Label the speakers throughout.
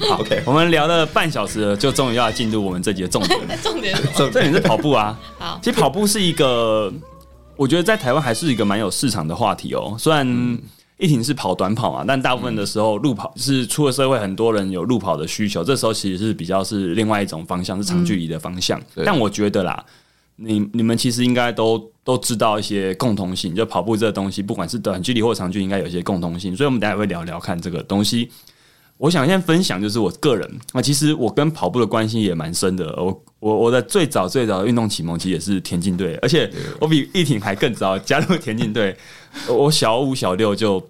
Speaker 1: 好
Speaker 2: OK
Speaker 1: 我们聊了半小时了，就终于要进入我们这集的重点。
Speaker 2: 重点是什
Speaker 1: 重
Speaker 2: 么
Speaker 1: 点是跑步啊。
Speaker 2: 好
Speaker 1: 其实跑步是一个，我觉得在台湾还是一个蛮有市场的话题哦。虽然一婷是跑短跑嘛，但大部分的时候路跑是出了社会，很多人有路跑的需求，这时候其实是比较是另外一种方向，是长距离的方向。
Speaker 3: 对
Speaker 1: 但我觉得啦，你你们其实应该都都知道一些共同性，就跑步这个东西，不管是短距离或长距离，应该有一些共同性。所以我们等一下也会聊聊看这个东西。我想先分享就是我个人啊，其实我跟跑步的关系也蛮深的。我我我的最早最早的运动启蒙其实也是田径队，而且我比一婷还更早加入田径队。我我小五小六就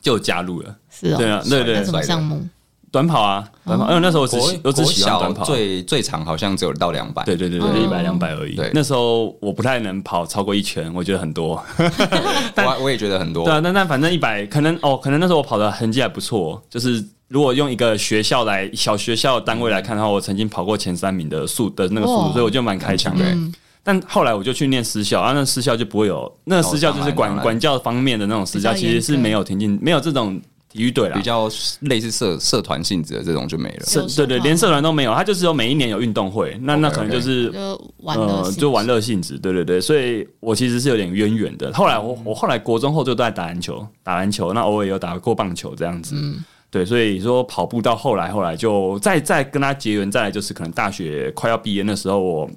Speaker 1: 就加入了，
Speaker 2: 是哦，
Speaker 1: 对啊，对
Speaker 2: 那
Speaker 1: 对
Speaker 2: 什，么项目？
Speaker 1: 短跑啊，短跑。因为那时候我只
Speaker 3: 哦国
Speaker 1: 喜我只
Speaker 3: 国
Speaker 1: 喜欢短
Speaker 3: 小
Speaker 1: 跑，
Speaker 3: 最最长好像只有到两百，
Speaker 1: 对对对
Speaker 2: 哦
Speaker 1: 对，一百两百而已
Speaker 3: 对。
Speaker 1: 那时候我不太能跑超过一圈，我觉得很多。
Speaker 3: 我我也觉得很多
Speaker 1: 对。啊，那那反正一百可能哦，可能那时候我跑的痕迹还不错，就是如果用一个学校来小学校单位来看的话，我曾经跑过前三名的速的那个速度，
Speaker 2: 哇
Speaker 1: 所以我就蛮开心的。
Speaker 3: 对
Speaker 2: 哦嗯，
Speaker 1: 但后来我就去念私校，啊，那私校就不会有，那个私校就是
Speaker 3: 哦当然
Speaker 1: 管
Speaker 3: 当然
Speaker 1: 管教方面的那种私校，
Speaker 2: 比较
Speaker 1: 其
Speaker 2: 严格
Speaker 1: 实是没有田径没有这种体育队啦
Speaker 3: 比。较类似社社团性质的这种就没了。
Speaker 1: 社
Speaker 2: 有社
Speaker 1: 对对，
Speaker 2: 团
Speaker 1: 连社团都没有，他就是有每一年有运动会，那那
Speaker 3: OK，OK
Speaker 1: 可能就是
Speaker 2: 就玩
Speaker 3: 嗯
Speaker 2: 乐性质，
Speaker 1: 呃就玩乐性质，对对对，所以我其实是有点渊源的。后来我我后来国中后就都在打篮球，打篮球，那偶尔有打过棒球这样子，嗯对，所以说跑步到后来后来就再再跟他结缘，再来就是可能大学快要毕业那时候我，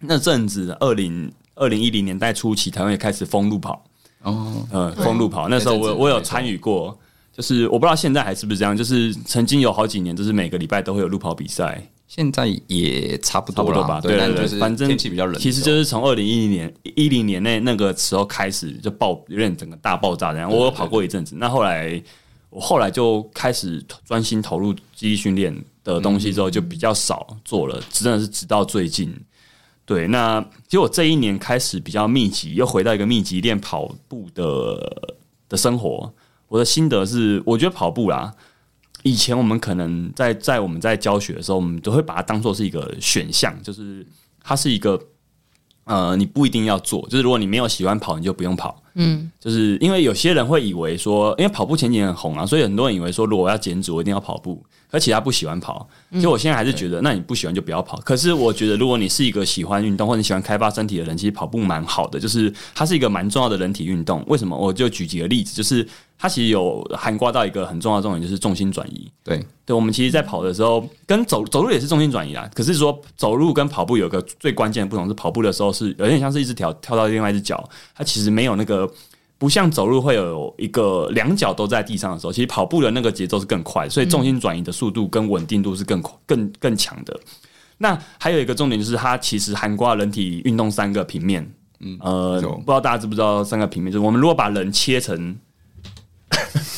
Speaker 1: 那阵子二零二零一零年代初期，台湾也开始封路跑，
Speaker 3: 哦，
Speaker 1: 嗯，封路跑那时候
Speaker 3: 那
Speaker 1: 我
Speaker 3: 阵子
Speaker 1: 我有
Speaker 3: 没错
Speaker 1: 参与过。就是我不知道现在还是不是这样，就是曾经有好几年，就是每个礼拜都会有路跑比赛，
Speaker 3: 现在也差不
Speaker 1: 差不
Speaker 3: 多
Speaker 1: 多
Speaker 3: 了
Speaker 1: 吧，
Speaker 3: 对，
Speaker 1: 对
Speaker 3: 但
Speaker 1: 对，
Speaker 3: 就是
Speaker 1: 反正
Speaker 3: 天气比较冷的时候，
Speaker 1: 其实就是从二零一零年一零年那那个时候开始就爆，有点整个大爆炸这样。
Speaker 3: 对
Speaker 1: 我有跑过一阵子，那后来我后来就开始专心投入记忆训练的东西之后，就比较少做了，真的是直到最近。对，那其实我这一年开始比较密集，又回到一个密集练跑步的的生活。我的心得是，我觉得跑步啦，以前我们可能在在我们在教学的时候，我们都会把它当做是一个选项，就是它是一个呃，你不一定要做，就是如果你没有喜欢跑，你就不用跑。
Speaker 2: 嗯，
Speaker 1: 就是因为有些人会以为说，因为跑步前几年很红啊，所以很多人以为说，如果我要减脂，我一定要跑步。而其他不喜欢跑，就我现在还是觉得，那你不喜欢就不要跑。可是我觉得，如果你是一个喜欢运动或者你喜欢开发身体的人，其实跑步蛮好的，就是它是一个蛮重要的人体运动。为什么？我就举几个例子，就是它其实有涵盖到一个很重要的重点，就是重心转移。
Speaker 3: 对
Speaker 1: 对，我们其实，在跑的时候，跟走走路也是重心转移啦。啊可是说走路跟跑步有一个最关键的不同是，跑步的时候是有点像是一只脚跳到另外一只脚，它其实没有那个不像走路会有一个两脚都在地上的时候，其实跑步的那个节奏是更快，所以重心转移的速度跟稳定度是更快更更强的。那还有一个重点就是，它其实涵盖人体运动三个平面。嗯，呃，
Speaker 3: 有
Speaker 1: 不知道大家知不知道三个平面，就是我们如果把人切成，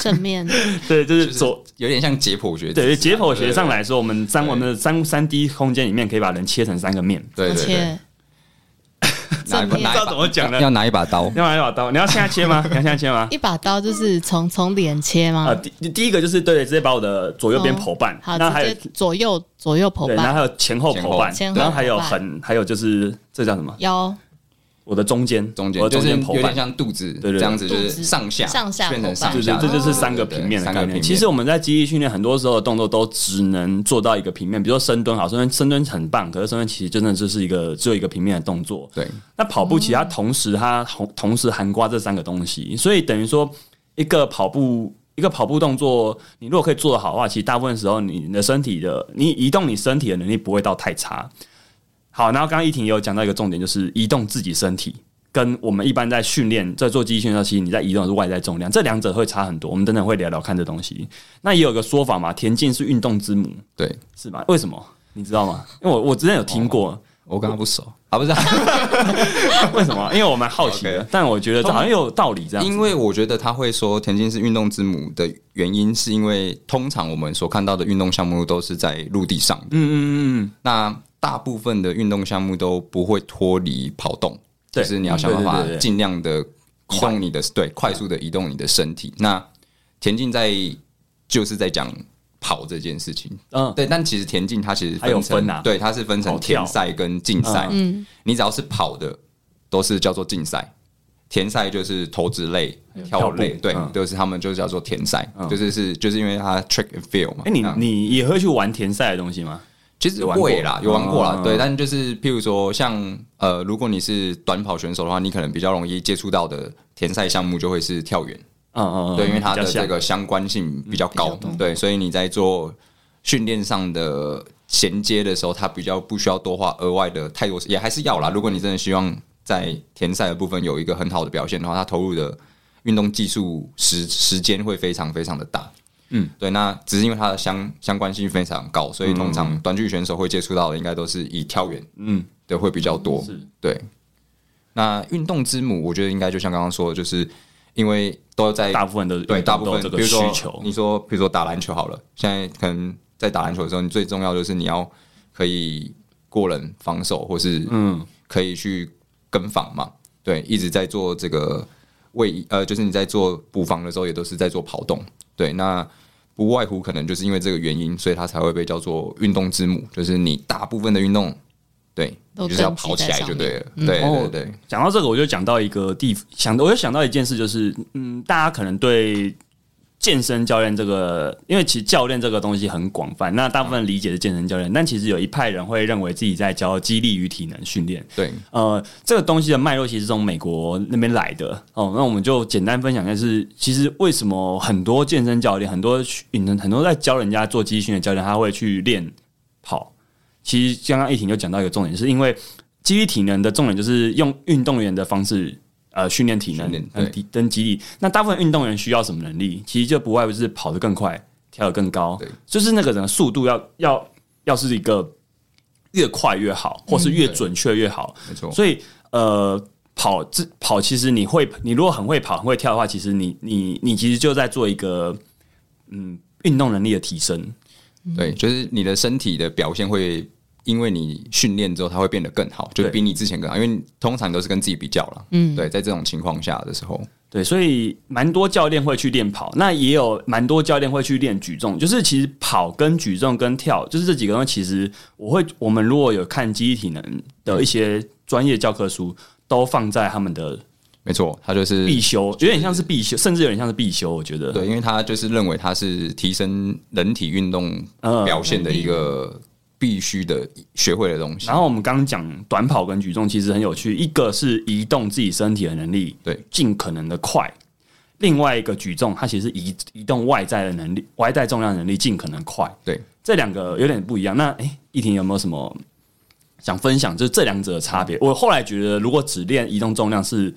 Speaker 2: 正 面
Speaker 1: 对，就是
Speaker 3: 就是
Speaker 1: 左
Speaker 3: 有点像解剖学，
Speaker 1: 对解剖学上
Speaker 3: 来，
Speaker 1: 来说，我们三
Speaker 3: 对
Speaker 1: 我们的三三 D 空间里面可以把人切成三个面。
Speaker 3: 对
Speaker 2: 而
Speaker 3: 对对，
Speaker 2: 且
Speaker 3: 拿一 把
Speaker 2: 正面
Speaker 3: 拿一把
Speaker 1: 么讲
Speaker 3: 要？拿一把刀，
Speaker 1: 要拿一把刀，你要现在切 吗？你要现在切吗？
Speaker 2: 一把刀就是从从脸切
Speaker 1: 啊，
Speaker 2: 吗？
Speaker 3: 呃
Speaker 1: 第第一个就是对，直接把我的左右边
Speaker 2: 哦
Speaker 1: 剖半，
Speaker 2: 好，
Speaker 1: 那还
Speaker 2: 直
Speaker 1: 有
Speaker 2: 接左右左右
Speaker 1: 对，
Speaker 2: 剖
Speaker 1: 然后
Speaker 2: 半，
Speaker 1: 还有前后
Speaker 3: 前
Speaker 1: 剖
Speaker 3: 后
Speaker 1: 半
Speaker 2: 前，后
Speaker 1: 然后还有
Speaker 2: 剖半
Speaker 1: 横，还有就是这叫什么？
Speaker 2: 腰
Speaker 1: 我的中间，
Speaker 3: 中
Speaker 1: 我
Speaker 3: 间
Speaker 1: 的
Speaker 3: 就
Speaker 1: 中
Speaker 3: 是
Speaker 1: 间
Speaker 3: 有
Speaker 1: 剖半
Speaker 3: 点。像肚子
Speaker 1: 对对
Speaker 3: 这样子，就
Speaker 2: 肚子
Speaker 3: 是上下
Speaker 2: 上下
Speaker 3: 变成上
Speaker 1: 对对
Speaker 3: 下，，
Speaker 1: 这就是
Speaker 2: 哦
Speaker 1: 三个平面的
Speaker 3: 三
Speaker 1: 概
Speaker 3: 个
Speaker 1: 念。
Speaker 3: 平
Speaker 1: 其
Speaker 3: 面
Speaker 1: 实我们在肌力训练很多时候的动作都只能做到一个平面，比如说深蹲好，深蹲深蹲很棒，可是深蹲其实真的就是一个只有一个平面的动作。
Speaker 3: 对
Speaker 1: 那跑步其实它同时它同同时涵盖这三个东西，所以等于说一个跑步一个跑步动作，你如果可以做得好的话，其实大部分时候你的身体的你移动你身体的能力不会到太差。好，然后刚刚依婷也有讲到一个重点，就是移动自己身体。跟我们一般在训练，在做肌力训练的时候，其实你在移动的是外在重量，这两者会差很多。我们等等会聊聊看这东西。那也有个说法嘛，田径是运动之母，
Speaker 3: 对，
Speaker 1: 是吗？为什么？你知道吗？因为我我之前有听过，
Speaker 3: 我跟他不熟啊，不是啊，
Speaker 1: 为什么？因为我蛮好奇的
Speaker 3: OK
Speaker 1: 但我觉得好像有道理这样子。
Speaker 3: 因为我觉得他会说田径是运动之母的原因，是因为通常我们所看到的运动项目都是在陆地上的，嗯嗯嗯，那大部分的运动项目都不会脱离跑动，
Speaker 1: 对
Speaker 3: 就是你要想办
Speaker 1: 对对对
Speaker 3: 法
Speaker 1: 对
Speaker 3: 尽量的移动你的对快速的移动你的身体。那田径在就是在讲跑这件事情，
Speaker 1: 嗯，
Speaker 3: 对，但其实田径它其实
Speaker 1: 还有
Speaker 3: 成
Speaker 1: 分啊
Speaker 3: 对，它是分成
Speaker 1: 跑跳
Speaker 3: 田赛跟竞赛。
Speaker 2: 嗯
Speaker 3: 你只要是跑的，都是叫做竞赛；田赛就是投掷类、跳
Speaker 1: 跳步
Speaker 3: 类，对，
Speaker 1: 嗯
Speaker 3: 就是他们就叫做田赛，就是是就是因为它 track and field 嘛。
Speaker 1: 哎、你
Speaker 3: 那
Speaker 1: 你也会去玩田赛的东西吗？
Speaker 3: 其实
Speaker 1: 有玩过
Speaker 3: 会啦，有玩过啦，
Speaker 1: 嗯
Speaker 3: 对，但就是譬如说像呃，如果你是短跑选手的话，你可能比较容易接触到的田赛项目就会是跳远，
Speaker 1: 嗯嗯，嗯
Speaker 3: 对，因为它
Speaker 1: 比
Speaker 3: 的
Speaker 1: 较像嗯
Speaker 3: 这个相关性比较高，对，所以你在做训练上的衔接的时候，它比较不需要多花额外的太多，也还是要啦。
Speaker 1: 嗯
Speaker 3: 如果你真的希望在田赛的部分有一个很好的表现的话，它投入的运动技术时时间会非常非常的大。嗯，对，那只是因为它的相相关性非常高，所以通常短距离选手会接触到的应该都是以跳远，嗯
Speaker 1: 嗯，
Speaker 3: 的会比较多。
Speaker 1: 是
Speaker 3: 对，那运动之母，我觉得应该就像刚刚说的，就是因为都在
Speaker 1: 大部分的
Speaker 3: 对
Speaker 1: 运动
Speaker 3: 大部
Speaker 1: 都有
Speaker 3: 分，
Speaker 1: 这
Speaker 3: 比
Speaker 1: 个
Speaker 3: 如
Speaker 1: 需
Speaker 3: 说
Speaker 1: 求
Speaker 3: 你，说，比如说打篮球好了，现在可能在打篮球的时候，你最重要就是你要可以过人防守，或是
Speaker 1: 嗯，
Speaker 3: 可以去跟防嘛。对，一直在做这个位移，呃，就是你在做补防的时候，也都是在做跑动。对，那不外乎可能就是因为这个原因，所以它才会被叫做运动之母，就是你大部分的运动，对，
Speaker 2: 都
Speaker 3: 你就是要
Speaker 2: 根基
Speaker 3: 跑起
Speaker 2: 在
Speaker 3: 来
Speaker 2: 上
Speaker 3: 就
Speaker 2: 面嗯
Speaker 3: 对了。对对
Speaker 1: 哦
Speaker 3: 对。
Speaker 1: 讲到这个，我就讲到一个地，想我就想到一件事，就是嗯，大家可能对健身教练这个，因为其实教练这个东西很广泛，那大部分理解的健身教练，但其实有一派人会认为自己在教肌力与体能训练。
Speaker 3: 对，
Speaker 1: 呃，这个东西的脉络其实从美国那边来的哦。那我们就简单分享一下是，其实为什么很多健身教练、很多嗯很很多在教人家做肌力训练的教练，他会去练跑。其实刚刚一婷就讲到一个重点，是因为肌力体能的重点就是用运动员的方式。呃，训练体能
Speaker 3: 训练
Speaker 1: 跟
Speaker 3: 对
Speaker 1: 跟肌力，那大部分运动员需要什么能力？其实就不外乎是跑得更快，跳得更高
Speaker 3: 对，
Speaker 1: 就是那个人的速度要要要是一个越快越好，或是
Speaker 3: 嗯
Speaker 1: 越准确越好。
Speaker 3: 没错。
Speaker 1: 所以呃，跑这跑其实你会，你如果很会跑、很会跳的话，其实你你你其实就在做一个嗯运动能力的提升。嗯
Speaker 3: 对，就是你的身体的表现会因为你训练之后，它会变得更好，就是
Speaker 1: 对
Speaker 3: 比你之前更好。因为你通常都是跟自己比较了，嗯，对，在这种情况下的时候，
Speaker 1: 对，所以蛮多教练会去练跑，那也有蛮多教练会去练举重。就是其实跑跟举重跟跳，就是这几个东西，其实我会我们如果有看记忆体能的一些专业教科书，都放在他们的
Speaker 3: 没错，他就是
Speaker 1: 必修，有点像是必修，甚至有点像是必修。我觉得，
Speaker 3: 对，因为他就是认为它是提升人体运动
Speaker 1: 嗯
Speaker 3: 表现的一个必须的学会的东西
Speaker 1: 然。后我们刚刚讲短跑跟举重其实很有趣，一个是移动自己身体的能力，
Speaker 3: 对，
Speaker 1: 尽可能的快；另外一个举重，它其实是移移动外在的能力，外在重量能力尽可能快。
Speaker 3: 对，
Speaker 1: 这两个有点不一样。那诶，依婷有没有什么想分享？就是这两者的差别。我后来觉得，如果只练移动重量是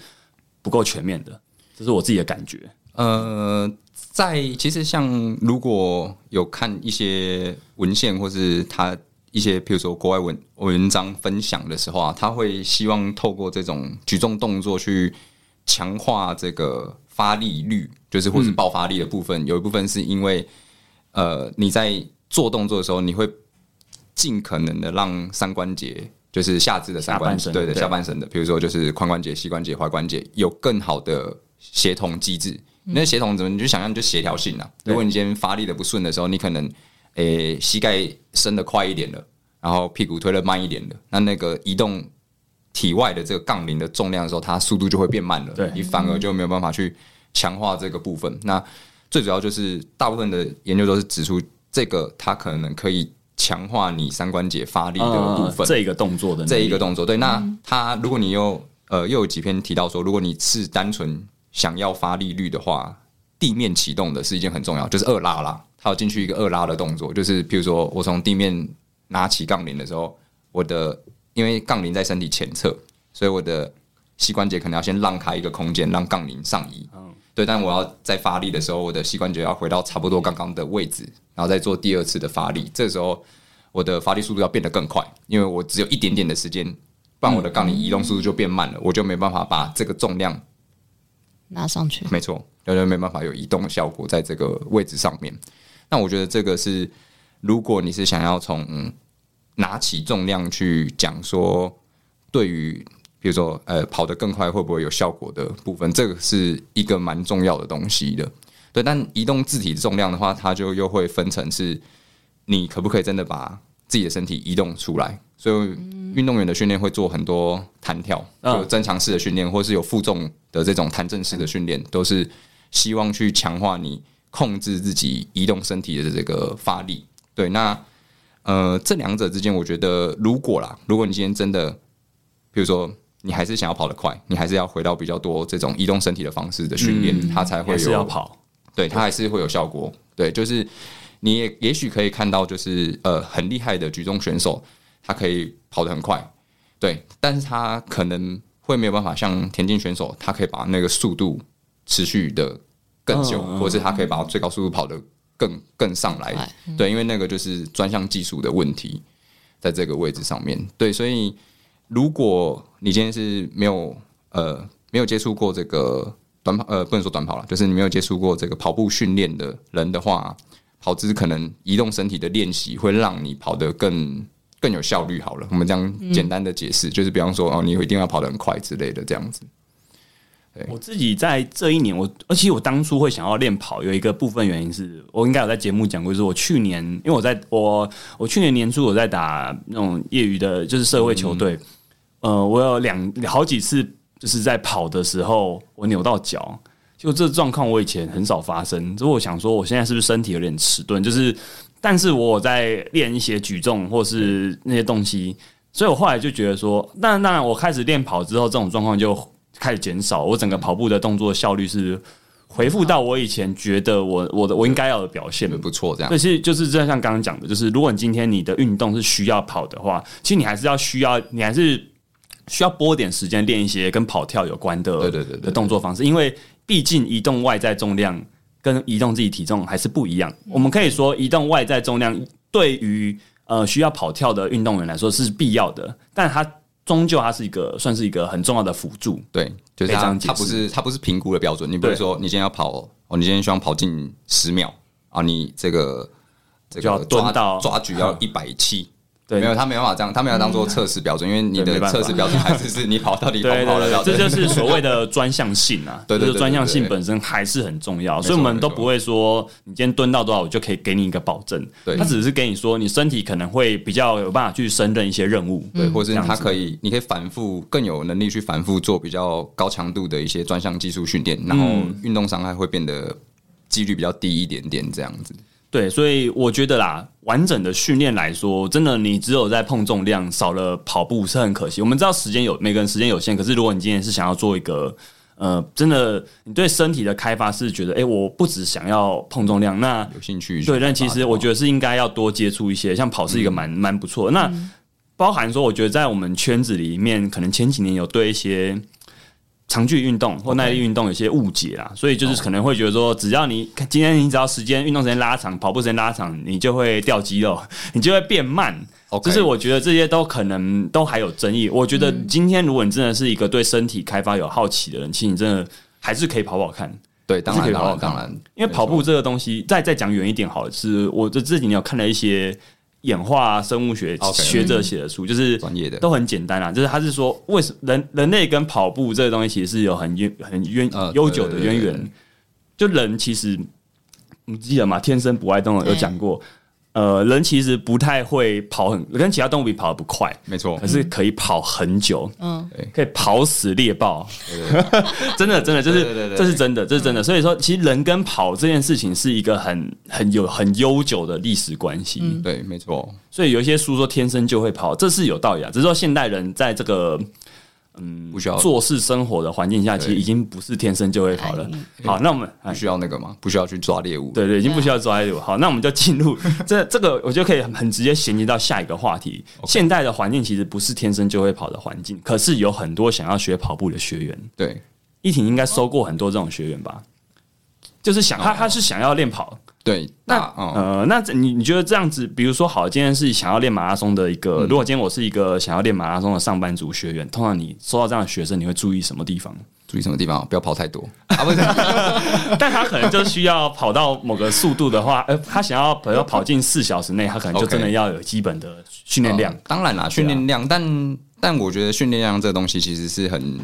Speaker 1: 不够全面的，这是我自己的感觉。
Speaker 3: 呃，在其实像如果有看一些文献或是他一些，譬如说国外文文章分享的时候啊，他会希望透过这种举重动作去强化这个发力率，就是或是爆发力的部分。有一部分是因为呃你在做动作的时候，你会尽可能的让三关节。就是下肢的三关
Speaker 1: 下
Speaker 3: 节，
Speaker 1: 半身
Speaker 3: 对的，
Speaker 1: 对
Speaker 3: 下半身的，比如说就是髋关节、膝关节、踝关节有更好的协同机制，那协同怎么？你就想象就协调性啊。如果你今天发力的不顺的时候，你可能诶、膝盖伸的快一点了，然后屁股推的慢一点了，那那个移动体外的这个杠铃的重量的时候，它速度就会变慢了。
Speaker 1: 对
Speaker 3: 你反而就没有办法去强化这个部分。那最主要就是大部分的研究都是指出，这个它可能可以强化你三关节发力的部
Speaker 1: 呃
Speaker 3: 分。
Speaker 1: 这一个动作的能力
Speaker 3: 这一个动作。对，那他如果你又呃又有几篇提到说，如果你是单纯想要发力率的话，地面启动的是一件很重要，就是二拉啦，他有进去一个二拉的动作，就是譬如说我从地面拿起杠铃的时候，我的因为杠铃在身体前侧，所以我的膝关节可能要先让开一个空间，让杠铃上移。对，但我要在发力的时候，我的膝关节要回到差不多刚刚的位置，然后再做第二次的发力。这时候我的发力速度要变得更快，因为我只有一点点的时间，不然我的杠铃移动速度就变慢了，我就没办法把这个重量，
Speaker 2: 拿上去，
Speaker 3: 没错，然后没办法有移动的效果在这个位置上面。那我觉得这个是，如果你是想要从、嗯拿起重量去讲说，对于比如说呃跑得更快会不会有效果的部分，这个是一个蛮重要的东西的。对，但移动自体重量的话，它就又会分成是，你可不可以真的把自己的身体移动出来？所以运动员的训练会做很多弹跳，
Speaker 1: 嗯
Speaker 3: 有增强式的训练，或是有负重的这种弹正式的训练，都是希望去强化你控制自己移动身体的这个发力。对，那呃，这两者之间，我觉得如果啦，如果你今天真的，比如说你还是想要跑得快，你还是要回到比较多这种移动身体的方式的训练，它才
Speaker 1: 嗯
Speaker 3: 会
Speaker 1: 还是要
Speaker 3: 有
Speaker 1: 跑，
Speaker 3: 对，它还是会有效果。对，就是你也也许可以看到，就是呃，很厉害的举重选手，他可以跑得很快，对，但是他可能会没有办法像田径选手，他可以把那个速度持续的更久，
Speaker 1: 嗯嗯
Speaker 3: 或者是他可以把最高速度跑得更更上来。
Speaker 2: 快
Speaker 3: 对，因为那个就是专项技术的问题，在这个位置上面。对，所以如果你今天是没有呃没有接触过这个短跑，呃不能说短跑了，就是你没有接触过这个跑步训练的人的话，跑姿可能移动身体的练习会让你跑得更。更有效率好了，我们这样简单的解
Speaker 1: 嗯
Speaker 3: 释，就是比方说哦，你一定要跑得很快之类的这样子。
Speaker 1: 我自己在这一年，我而且我当初会想要练跑，有一个部分原因是我应该有在节目讲过，就是我去年，因为我在我我去年年初我在打那种业余的，就是社会球队，呃，我有两好几次就是在跑的时候我扭到脚，就这状况呃我以前很少发生，所以我想说我现在是不是身体有点迟钝，就是但是我有在练一些举重或是那些东西。所以我后来就觉得说，那那我开始练跑之后，这种状况就开始减少，我整个跑步的动作效率是回复到我以前觉得我我的我应该要的表现
Speaker 3: 也。不错，这样
Speaker 1: 但是就是就像刚刚讲的，就是如果你今天你的运动是需要跑的话，其实你还是要需要，你还是需要拨点时间练一些跟跑跳有关的
Speaker 3: 对对对对
Speaker 1: 的动作方式，因为毕竟移动外在重量跟移动自己体重还是不一样。我们可以说，移动外在重量对于呃需要跑跳的运动员来说是必要的，但它终究它是一个算是一个很重要的辅助。
Speaker 3: 对，就
Speaker 1: 可
Speaker 3: 是
Speaker 1: 以这
Speaker 3: 它
Speaker 1: 样解释
Speaker 3: 它不是它不是评估的标准，你不是
Speaker 1: 对
Speaker 3: 说你今天要跑哦，你今天希望跑进十秒啊，你这个这
Speaker 1: 就要
Speaker 3: 个
Speaker 1: 蹲
Speaker 3: 抓
Speaker 1: 到嗯
Speaker 3: 抓举要一百七。
Speaker 1: 对
Speaker 3: 没有，他没办法这样，他没有当做测试标准，因为你
Speaker 1: 对
Speaker 3: 的
Speaker 1: 没办法
Speaker 3: 测试标准还是是你跑到底跑
Speaker 1: 对
Speaker 3: 不跑得
Speaker 1: 对
Speaker 3: 到
Speaker 1: 对，这
Speaker 3: 的。
Speaker 1: 就是所谓的专项性啊。
Speaker 3: 对对对对
Speaker 1: 就是专项性本身还是很重要，
Speaker 3: 错
Speaker 1: 所以我们都不会说你今天蹲到多少，我就可以给你一个保证。
Speaker 3: 对
Speaker 1: 他只是跟你说，你身体可能会比较有办法去胜任一些任务。嗯
Speaker 3: 对，或是
Speaker 1: 这样
Speaker 3: 他
Speaker 1: 子
Speaker 3: 可以，你可以反复更有能力去反复做比较高强度的一些专项技术训练，然后
Speaker 1: 嗯
Speaker 3: 运动伤害会变得几率比较低一点点，这样子。
Speaker 1: 对，所以我觉得啦，完整的训练来说，真的你只有在碰重量，少了跑步是很可惜。我们知道时间有每个人时间有限，可是如果你今天是想要做一个呃，真的你对身体的开发是觉得，哎、我不只想要碰重量，那
Speaker 3: 有兴趣
Speaker 1: 对，但其实我觉
Speaker 3: 得
Speaker 1: 得是应该要多接触一些，像跑是一个蛮蛮、不错的。那、包含说，我觉得在我们圈子里面，可能前几年有对一些长距离运动或耐力运动有些误解啦所以就是可能会觉得说，只要你今天你只要时间运动时间拉长，跑步时间拉长，你就会掉肌肉，你就会变慢。
Speaker 3: OK
Speaker 1: 就是我觉得这些都可能都还有争议。我觉得今天如果你真的是一个对身体开发有好奇的人，其实你真的还是可以跑跑看。
Speaker 3: 对，当
Speaker 1: 是可以
Speaker 3: 然当
Speaker 1: 跑
Speaker 3: 然
Speaker 1: 跑
Speaker 3: 当
Speaker 1: 看
Speaker 3: 然，
Speaker 1: 因为跑步这个东西，再再讲远一点好了，是我这这几年有看了一些演化生物学
Speaker 3: OK
Speaker 1: 学者写的书，就是
Speaker 3: 专业的
Speaker 1: 都很简单啦，就是他是说为什人人类跟跑步这个东西其实是有很渊很渊
Speaker 3: 呃
Speaker 1: 悠久的
Speaker 3: 对对
Speaker 1: 渊
Speaker 3: 对
Speaker 1: 源。就人其实你记得吗？天生不爱动
Speaker 3: 嗯
Speaker 1: 物有
Speaker 2: 对
Speaker 1: 讲过，呃，人其实不太会跑很，跟其他动物比跑得不快，
Speaker 3: 没错
Speaker 1: 可，是可以跑很久，
Speaker 2: 嗯，
Speaker 1: 可以跑死猎豹， 真的真的，这
Speaker 3: 对对
Speaker 1: 是
Speaker 3: 嗯对
Speaker 1: 这是真的，这是真的。所以说，其实人跟跑这件事情是一个很很有很悠久的历史关系。
Speaker 3: 对，没错。
Speaker 1: 所以有一些书说天生就会跑，这是有道理啊。只是说现代人在这个
Speaker 3: 不需要
Speaker 1: 做事生活的环境下，其实已经不是天生就会跑了。
Speaker 3: 嗯
Speaker 1: 好，那我们哎
Speaker 3: 不需要那个吗？不需要去抓猎物。
Speaker 1: 对对，已经不需要抓
Speaker 3: 嗯
Speaker 1: 猎物。好，那我们就进 入这这个，我就可以很很直接衔接到下一个话题。现代的环境其实不是天生就会跑的环境，可是有很多想要学跑步的学员。
Speaker 3: 对
Speaker 1: 一婷应该收过很多这种学员吧？就是想他，他是想要练跑。
Speaker 3: 对，
Speaker 1: 那
Speaker 3: 那嗯，
Speaker 1: 呃，那这你你觉得这样子，比如说，好，今天是想要练马拉松的一个，如果今天我是一个想要练马拉松的上班族学员，通常你收到这样的学生，你会注意什么地方？
Speaker 3: 注意什么地方？不要跑太多啊！不是，
Speaker 1: 但他可能就需要跑到某个速度的话，呃，他想要跑要跑进四小时内，他可能就
Speaker 3: OK
Speaker 1: 真的要有基本的训练量啊
Speaker 3: 呃。当然啦，训练量，但但我觉得训练量这个东西其实是很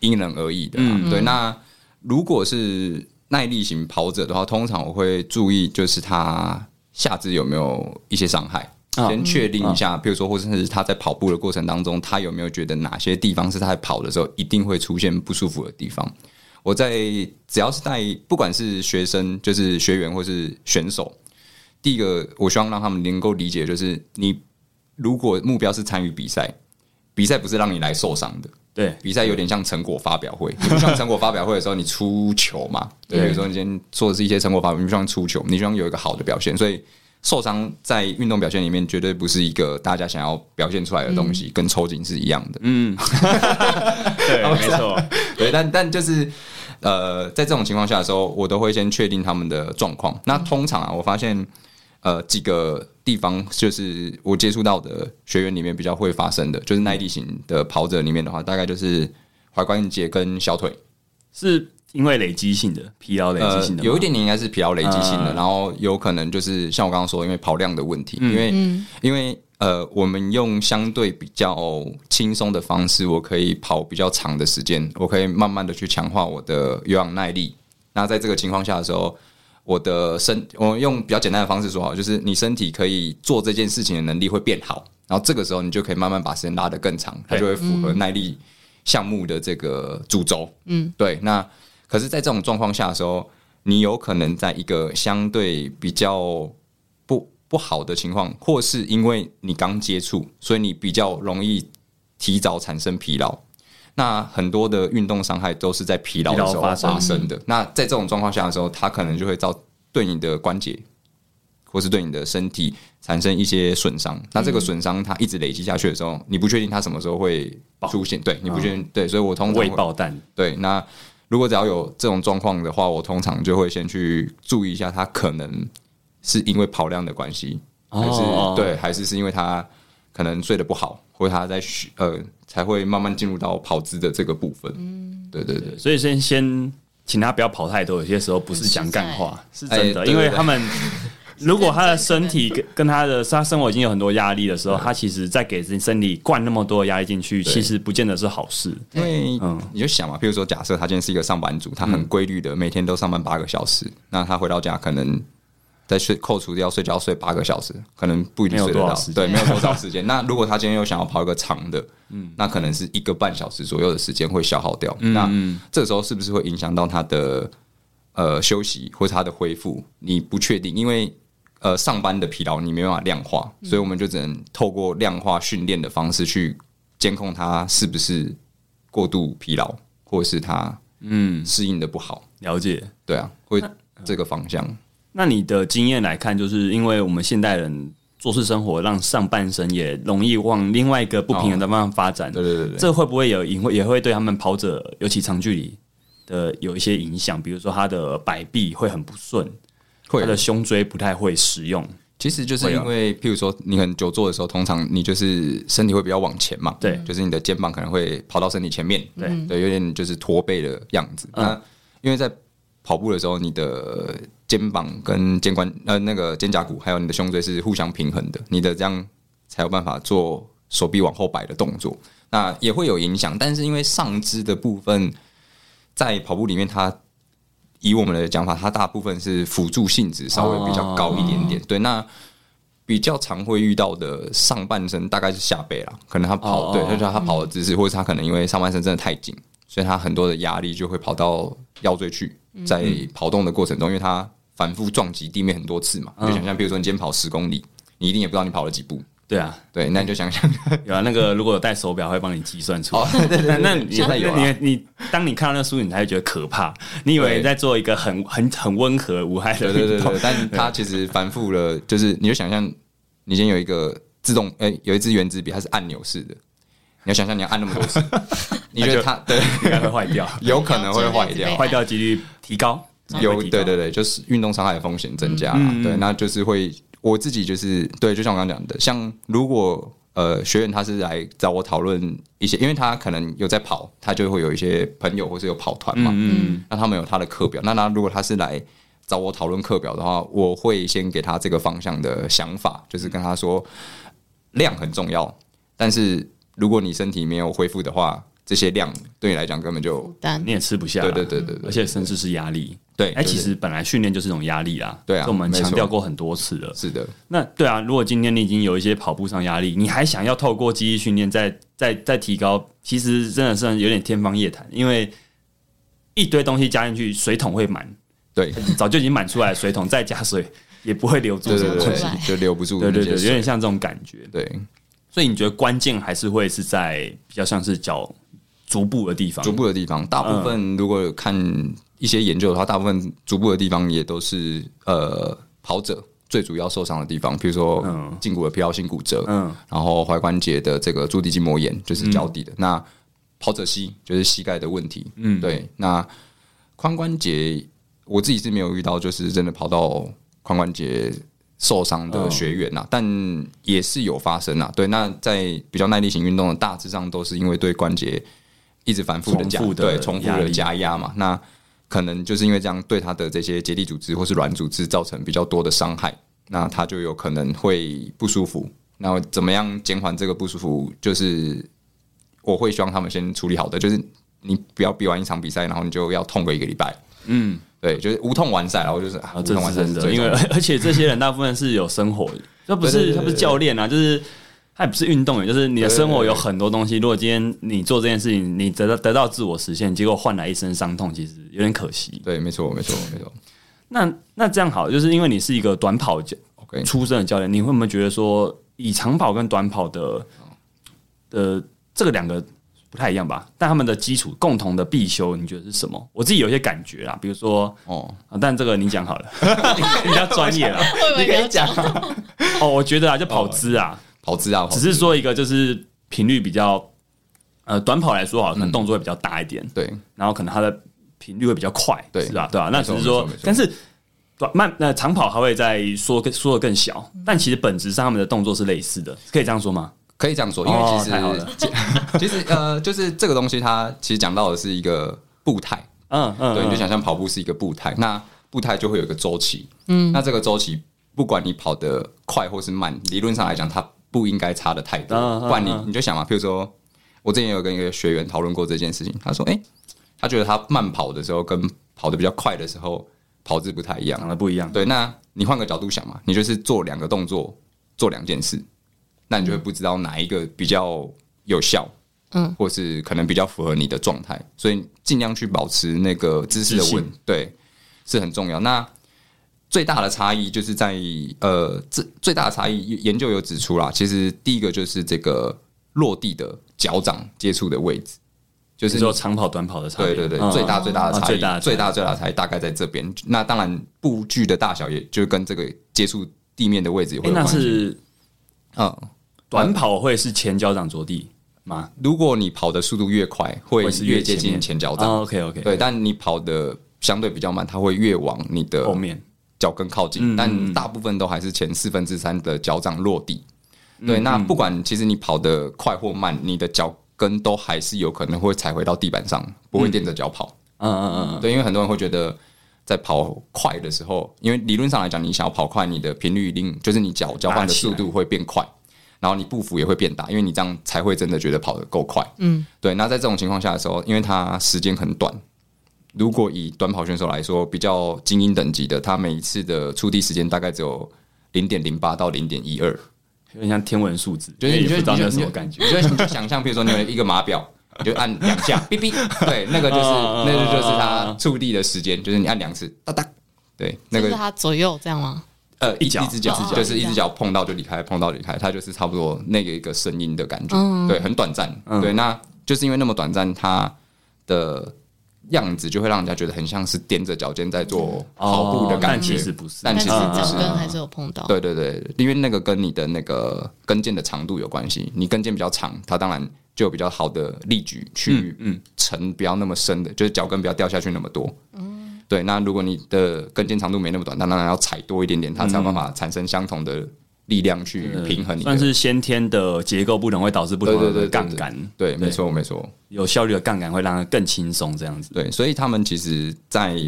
Speaker 3: 因人而异的
Speaker 1: 嗯
Speaker 3: 啦。对，那如果是耐力型跑者的话，通常我会注意就是他下肢有没有一些伤害。
Speaker 1: 啊
Speaker 3: 先确定一下，比如说，或者是他在跑步的过程当中，他有没有觉得哪些地方是他在跑的时候一定会出现不舒服的地方？我在只要是带，不管是学生，就是学员或是选手，第一个我希望让他们能够理解，就是你如果目标是参与比赛，比赛不是让你来受伤的，
Speaker 1: 对，
Speaker 3: 比赛有点像成果发表会， 你不像成果发表会的时候你出糗嘛？对，比如说你今天做的是一些成果发表，你不希望出糗，你希望有一个好的表现，所以受伤在运动表现里面绝对不是一个大家想要表现出来的东西，跟抽筋是一样的。
Speaker 1: 对，没错，
Speaker 3: 对，但但就是呃，在这种情况下的时候，我都会先确定他们的状况。那通常啊，我发现呃几个地方就是我接触到的学员里面比较会发生的，就是耐力型的跑者里面的话，大概就是踝关节跟小腿。
Speaker 1: 是因为累积性的疲劳累积性的吗、
Speaker 3: 呃有一点点应该是疲劳累积性的，
Speaker 1: 嗯
Speaker 3: 然后有可能就是像我刚刚说，因为跑量的问题，因为、因为呃，我们用相对比较轻松的方式，我可以跑比较长的时间，我可以慢慢的去强化我的有氧耐力。那在这个情况下的时候，我的身，我用比较简单的方式说好，就是你身体可以做这件事情的能力会变好，然后这个时候你就可以慢慢把时间拉得更长，它
Speaker 1: 对
Speaker 3: 就会符合耐力项目的这个主轴。嗯，对。那可是，在这种状况下的时候，你有可能在一个相对比较不不好的情况，或是因为你刚接触，所以你比较容易提早产生疲劳。那很多的运动伤害都是在疲劳的时
Speaker 1: 疲
Speaker 3: 候
Speaker 1: 劳发生
Speaker 3: 发生的。那在这种状况下的时候，它可能就会造对你的关节，或是对你的身体产生一些损伤。那
Speaker 1: 嗯
Speaker 3: 这个损伤它一直累积下去的时候，你不确定它什么时候会出现，对，你不确定，对，所以我通常
Speaker 1: 未
Speaker 3: 会
Speaker 1: 爆弹，
Speaker 3: 对，那如果只要有这种状况的话，我通常就会先去注意一下，它可能是因为跑量的关系，还是、
Speaker 1: 哦
Speaker 3: 对，还是是因为他可能睡得不好，或者他在嘘呃才会慢慢进入到跑姿的这个部分。嗯，对对对。
Speaker 1: 所以先先请他不要跑太多，有些时候不是讲干话，是真的，
Speaker 3: 哎对
Speaker 1: 因为
Speaker 3: 对对
Speaker 1: 他们 如果他的身体跟跟他的他生活已经有很多压力的时候，他其实再给自己身体灌那么多的压力进去，
Speaker 3: 对
Speaker 1: 其实不见得是好事。
Speaker 3: 因为你就想嘛，譬如说，假设他今天是一个上班族，他很
Speaker 1: 嗯
Speaker 3: 规律的每天都上班八个小时，那他回到家可能在睡扣除掉睡觉睡八个小时，可能不一定
Speaker 1: 没有
Speaker 3: 睡得
Speaker 1: 多少
Speaker 3: 到
Speaker 1: 时，
Speaker 3: 对，没有多少时间。 那如果他今天又想要跑一个长的，嗯，那可能是一个半小时左右的时间会消耗掉。
Speaker 1: 嗯
Speaker 3: 那这时候是不是会影响到他的呃休息或是他的恢复？你不确定，因为呃上班的疲劳你没办法量化，
Speaker 1: 嗯
Speaker 3: 所以我们就只能透过量化训练的方式去监控他是不是过度疲劳，或是他嗯适应的不好，
Speaker 1: 了解。
Speaker 3: 对啊，会这个方向。
Speaker 1: 嗯那你的经验来看，就是因为我们现代人做事生活，让上半身也容易往另外一个不平衡的方向发展。
Speaker 3: 对对对对，
Speaker 1: 这会不会有也会也会对他们跑者，尤其长距离的有一些影响？比如说他的摆臂会很不顺，
Speaker 3: 会
Speaker 1: 他的胸椎不太会使用。
Speaker 3: 其实就是
Speaker 1: 会啊
Speaker 3: 因为，譬如说，你可能久坐的时候，通常你就是身体会比较往前嘛，
Speaker 1: 对
Speaker 3: 就是你的肩膀可能会跑到身体前面，
Speaker 1: 对嗯
Speaker 3: 对，有点就是驼背的样子。那因为在跑步的时候，你的肩膀跟肩关呃那个肩胛骨还有你的胸椎是互相平衡的，你的这样才有办法做手臂往后摆的动作。那也会有影响，但是因为上肢的部分在跑步里面，它以我们的讲法，它大部分是辅助性质稍微比较高一点
Speaker 1: 哦
Speaker 3: 点。对，那比较常会遇到的上半身大概是下背啦，可能他跑、
Speaker 1: 哦
Speaker 3: 对，就是他跑的姿势，或者他可能因为上半身真的太紧，所以他很多的压力就会跑到腰椎去，在跑动的过程中，因为他反复撞击地面很多次嘛，就想象，比如说你今天跑十公里，你一定也不知道你跑了几步，
Speaker 1: 对啊，
Speaker 3: 对，那你就想象
Speaker 1: 有啊，那个如果有戴手表，会帮你计算出来。
Speaker 3: 哦对对
Speaker 1: 那那你
Speaker 3: 现在有啊
Speaker 1: 你你，当你看到那书，你才会觉得可怕。你以为
Speaker 3: 对
Speaker 1: 你在做一个很很很温和无害的
Speaker 3: 对对对
Speaker 1: 运动
Speaker 3: 对，， 但它其实反复了，就是你就想象，你今天有一个自动，呃、有一支圆珠笔，它是按钮式的，你要想象你要按那么多 次，你觉得它对，
Speaker 1: 应该会坏掉，
Speaker 3: 有可能会坏掉
Speaker 2: 对，
Speaker 1: 坏掉几率提高。
Speaker 3: 有
Speaker 1: 会提高嗯
Speaker 3: 对对对，就是运动伤害的风险增加啦，对，那就是会我自己就是对，就像我刚刚讲的，像如果呃学员他是来找我讨论一些，因为他可能有在跑，他就会有一些朋友或是有跑团嘛，
Speaker 1: 嗯，
Speaker 3: 那他们有他的课表，那他如果他是来找我讨论课表的话，我会先给他这个方向的想法，就是跟他说量很重要，但是如果你身体没有恢复的话，这些量对你来讲根本就
Speaker 2: 单
Speaker 1: 你也吃不下，
Speaker 3: 对对对对对
Speaker 1: 而且甚至是压力。
Speaker 3: 对，
Speaker 1: 哎，
Speaker 3: 对
Speaker 1: 其实本来训练就是一种压力啦，
Speaker 3: 对啊
Speaker 1: 这我们
Speaker 3: 没错
Speaker 1: 强调过很多次了。
Speaker 3: 是的，
Speaker 1: 那对啊，如果今天你已经有一些跑步上压力，你还想要透过记忆训练再再再提高，其实真的是有点天方夜谭，因为一堆东西加进去，水桶会满，
Speaker 3: 对，
Speaker 1: 早就已经满出来，水桶再加水也不会留住
Speaker 3: 对
Speaker 1: 什
Speaker 3: 对
Speaker 1: 么
Speaker 2: 流
Speaker 1: 东
Speaker 2: 出
Speaker 1: 西。
Speaker 2: 来
Speaker 3: 对，就留不住
Speaker 1: 对对
Speaker 3: 那
Speaker 1: 对，
Speaker 3: 些
Speaker 1: 有点
Speaker 3: 水。
Speaker 1: 像这种感觉。
Speaker 3: 对，
Speaker 1: 所以你觉得关键还是会是在比较像是脚足部的地方，
Speaker 3: 足部的地方，大部
Speaker 1: 嗯
Speaker 3: 分如果有看一些研究的话，大部分足部的地方也都是呃跑者最主要受伤的地方，比如说
Speaker 1: 嗯
Speaker 3: 胫骨的疲劳性骨折，
Speaker 1: 嗯
Speaker 3: 然后踝关节的这个足底筋膜炎就是脚底的，那跑者膝就是膝盖的问题，
Speaker 1: 嗯，
Speaker 3: 对，那髋关节我自己是没有遇到，就是真的跑到髋关节受伤
Speaker 1: 嗯
Speaker 3: 的学员呐、但也是有发生啊。对，那在比较耐力型运动的大致上都是因为对关节一直反复的加
Speaker 1: 重复的
Speaker 3: 对重复
Speaker 1: 压
Speaker 3: 的
Speaker 1: 力
Speaker 3: 加压嘛，那可能就是因为这样对他的这些结缔组织或是软组织造成比较多的伤害，那他就有可能会不舒服。那怎么样减缓这个不舒服？就是我会希望他们先处理好的，就是你不要比完一场比赛，然后你就要痛个一个礼拜。嗯，对，就是无痛完赛然后就是啊，
Speaker 1: 啊，
Speaker 3: 无
Speaker 1: 这
Speaker 3: 痛完
Speaker 1: 是
Speaker 3: 赛
Speaker 1: 真的，
Speaker 3: 最
Speaker 1: 因为
Speaker 3: 重要
Speaker 1: 而且这些人大部分是有生活的，他不
Speaker 3: 对对
Speaker 1: 是
Speaker 3: 对
Speaker 1: 他不是教练啊，就是他也不是运动员，就是你的
Speaker 3: 对对
Speaker 1: 生活有
Speaker 3: 对
Speaker 1: 很多东西。如果今天你做这件事情，你得到得到自我实现，结果换来一身伤痛，其实有点可惜。
Speaker 3: 对，没错，没错，没错。
Speaker 1: 那那这样好，就是因为你是一个短跑教
Speaker 3: OK，
Speaker 1: 出身的教练，你会不会觉得说，以长跑跟短跑的呃这个两个不太一样吧？但他们的基础共同的必修，你觉得是什么？我自己有一些感觉啦，比如说
Speaker 3: 哦，
Speaker 1: 啊，但这个你讲好了， 你比较专业啦。
Speaker 2: 我以为你要讲，
Speaker 1: 哦，我觉得啊，就跑姿啊，
Speaker 3: 跑姿啊，跑
Speaker 1: 只
Speaker 3: 姿
Speaker 1: 是说一个就是频率比较，呃，短跑来说好，可
Speaker 3: 嗯
Speaker 1: 能动作会比较大一点，
Speaker 3: 对
Speaker 1: 然后可能它的频率会比较快，
Speaker 3: 对
Speaker 1: 是吧？对啊吧、那只是
Speaker 3: 没错
Speaker 1: 说
Speaker 3: 没错，
Speaker 1: 但是短慢那长跑还会再缩更缩的更小，但其实本质上他们的动作是类似的，可以这样说吗？
Speaker 3: 可以这样说，因为
Speaker 1: 哦
Speaker 3: 其
Speaker 1: 太好了
Speaker 3: 实、其实呃，就是这个东西，它其实讲到的是一个步态，
Speaker 1: 嗯嗯，
Speaker 3: 对，你就
Speaker 1: 嗯
Speaker 3: 想象跑步是一个步态，那步态就会有一个周期，嗯，那这个周期不管你跑得快或是慢，理论上来讲，它不应该差的太多，
Speaker 1: 嗯嗯
Speaker 3: 不然你
Speaker 1: 嗯
Speaker 3: 你就想嘛，譬如说，我之前有跟一个学员讨论过这件事情，他说，哎、他觉得他慢跑的时候跟跑得比较快的时候跑姿不太一样，
Speaker 1: 长得不一样，
Speaker 3: 对，那你换个角度想嘛，你就是做两个动作，做两件事，那
Speaker 1: 嗯
Speaker 3: 你就会不知道哪一个比较有效，
Speaker 2: 嗯，
Speaker 3: 或是可能比较符合你的状态，所以尽量去保持那个姿势的
Speaker 1: 自信
Speaker 3: 稳，对，是很重要。那最大的差异就是在呃，这最大的差异研究有指出啦，其实第一个就是这个落地的脚掌接触的位置，就
Speaker 1: 就是是
Speaker 3: 你
Speaker 1: 说长跑短跑的差别，
Speaker 3: 对对对，
Speaker 1: 嗯
Speaker 3: 最大最大的
Speaker 1: 啊
Speaker 3: 差
Speaker 1: 最
Speaker 3: 异
Speaker 1: 大的，
Speaker 3: 哦最
Speaker 1: 差
Speaker 3: 大
Speaker 1: 异
Speaker 3: 最大的差异大概在这边。那当然，布距的大小也就跟这个接触地面的位置也会
Speaker 1: 诶
Speaker 3: 有
Speaker 1: 哎那
Speaker 3: 关系。
Speaker 1: 是
Speaker 3: 嗯，
Speaker 1: 短跑会是前脚掌着地吗？
Speaker 3: 如果你跑的速度越快，会
Speaker 1: 会是
Speaker 3: 越
Speaker 1: 越
Speaker 3: 接
Speaker 1: 前
Speaker 3: 近
Speaker 1: 面
Speaker 3: 前脚掌。
Speaker 1: 哦，OK OK，
Speaker 3: 对，但你跑的相对比较慢，它会越往你的
Speaker 1: 后面
Speaker 3: 脚跟靠近，
Speaker 1: 嗯
Speaker 3: 但大部分都还是前四分之三的脚掌落地。对，那不管其实你跑得快或慢，你的脚跟都还是有可能会踩回到地板上，不会垫着脚跑。
Speaker 1: 嗯嗯嗯
Speaker 3: 对，因为很多人会觉得在跑快的时候，因为理论上来讲，你想要跑快，你的频率一定就是你脚交换的速度会变快，然后你步幅也会变大，因为你这样才会真的觉得跑得够快。嗯，对。那在这种情况下的时候，因为它时间很短，如果以短跑选手来说，比较精英等级的，他每一次的触地时间大概只有零点零八到零点一二，
Speaker 1: 嗯，有点像天文数字，
Speaker 3: 就是你
Speaker 1: 也
Speaker 3: 就
Speaker 1: 哎不知道
Speaker 3: 你就
Speaker 1: 那什么感觉。
Speaker 3: 你就你就想象，比如说你有一个码表，你就按两下，哔哔，对，那个
Speaker 1: 啊
Speaker 3: 就是那个就是它触地的时间，就是你按两次，哒哒，对，那
Speaker 2: 就是
Speaker 3: 个
Speaker 2: 他左右这样吗？
Speaker 3: 呃
Speaker 1: 一脚
Speaker 3: 一只脚
Speaker 2: 一只脚
Speaker 3: 就是一只脚碰到就离开，碰到离开，它就是差不多那个一个声音的感觉，
Speaker 1: 嗯
Speaker 3: 对，很短暂，对，那就是因为那么短暂，它的样子就会让人家觉得很像是踮着脚尖在做跑步的感
Speaker 1: 哦但其
Speaker 3: 觉，
Speaker 1: 实不是，
Speaker 3: 但
Speaker 2: 但
Speaker 3: 其
Speaker 2: 是
Speaker 3: 实
Speaker 1: 不
Speaker 2: 脚
Speaker 1: 是
Speaker 2: 跟还是有碰到，
Speaker 3: 对对对，因为那个跟你的那个跟腱的长度有关系，你跟腱比较长，它当然就有比较好的力矩去嗯沉不要那么深的，就是脚跟不要掉下去那么多。嗯，对。那如果你的跟腱长度没那么短，那当然要踩多一点点，它才有办法产生相同的力量去平衡你
Speaker 1: 嗯
Speaker 3: 的。
Speaker 1: 算是先天的结构不同，会导致不
Speaker 3: 对对
Speaker 1: 同
Speaker 3: 对
Speaker 1: 的
Speaker 3: 对
Speaker 1: 杠杆。
Speaker 3: 对，没错没错。
Speaker 1: 有效率的杠杆会让它更轻松，这样子。
Speaker 3: 对，所以他们其实在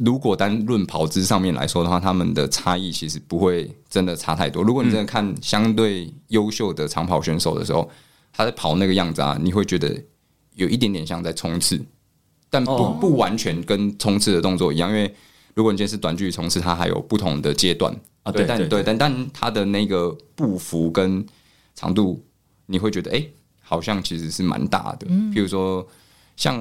Speaker 3: 如果单论跑姿上面来说的话，他们的差异其实不会真的差太多。如果你
Speaker 1: 嗯
Speaker 3: 真的看相对优秀的长跑选手的时候，他在跑那个样子啊，你会觉得有一点点像在冲刺，但不、
Speaker 1: 哦
Speaker 3: 不完全跟冲刺的动作一样，因为如果你今天是短距离冲刺，它还有不同的阶段
Speaker 1: 啊对
Speaker 3: 但
Speaker 1: 对
Speaker 3: 对，但但它的那个步幅跟长度，你会觉得哎、诶好像其实是蛮大的。
Speaker 1: 嗯
Speaker 3: 譬如说，像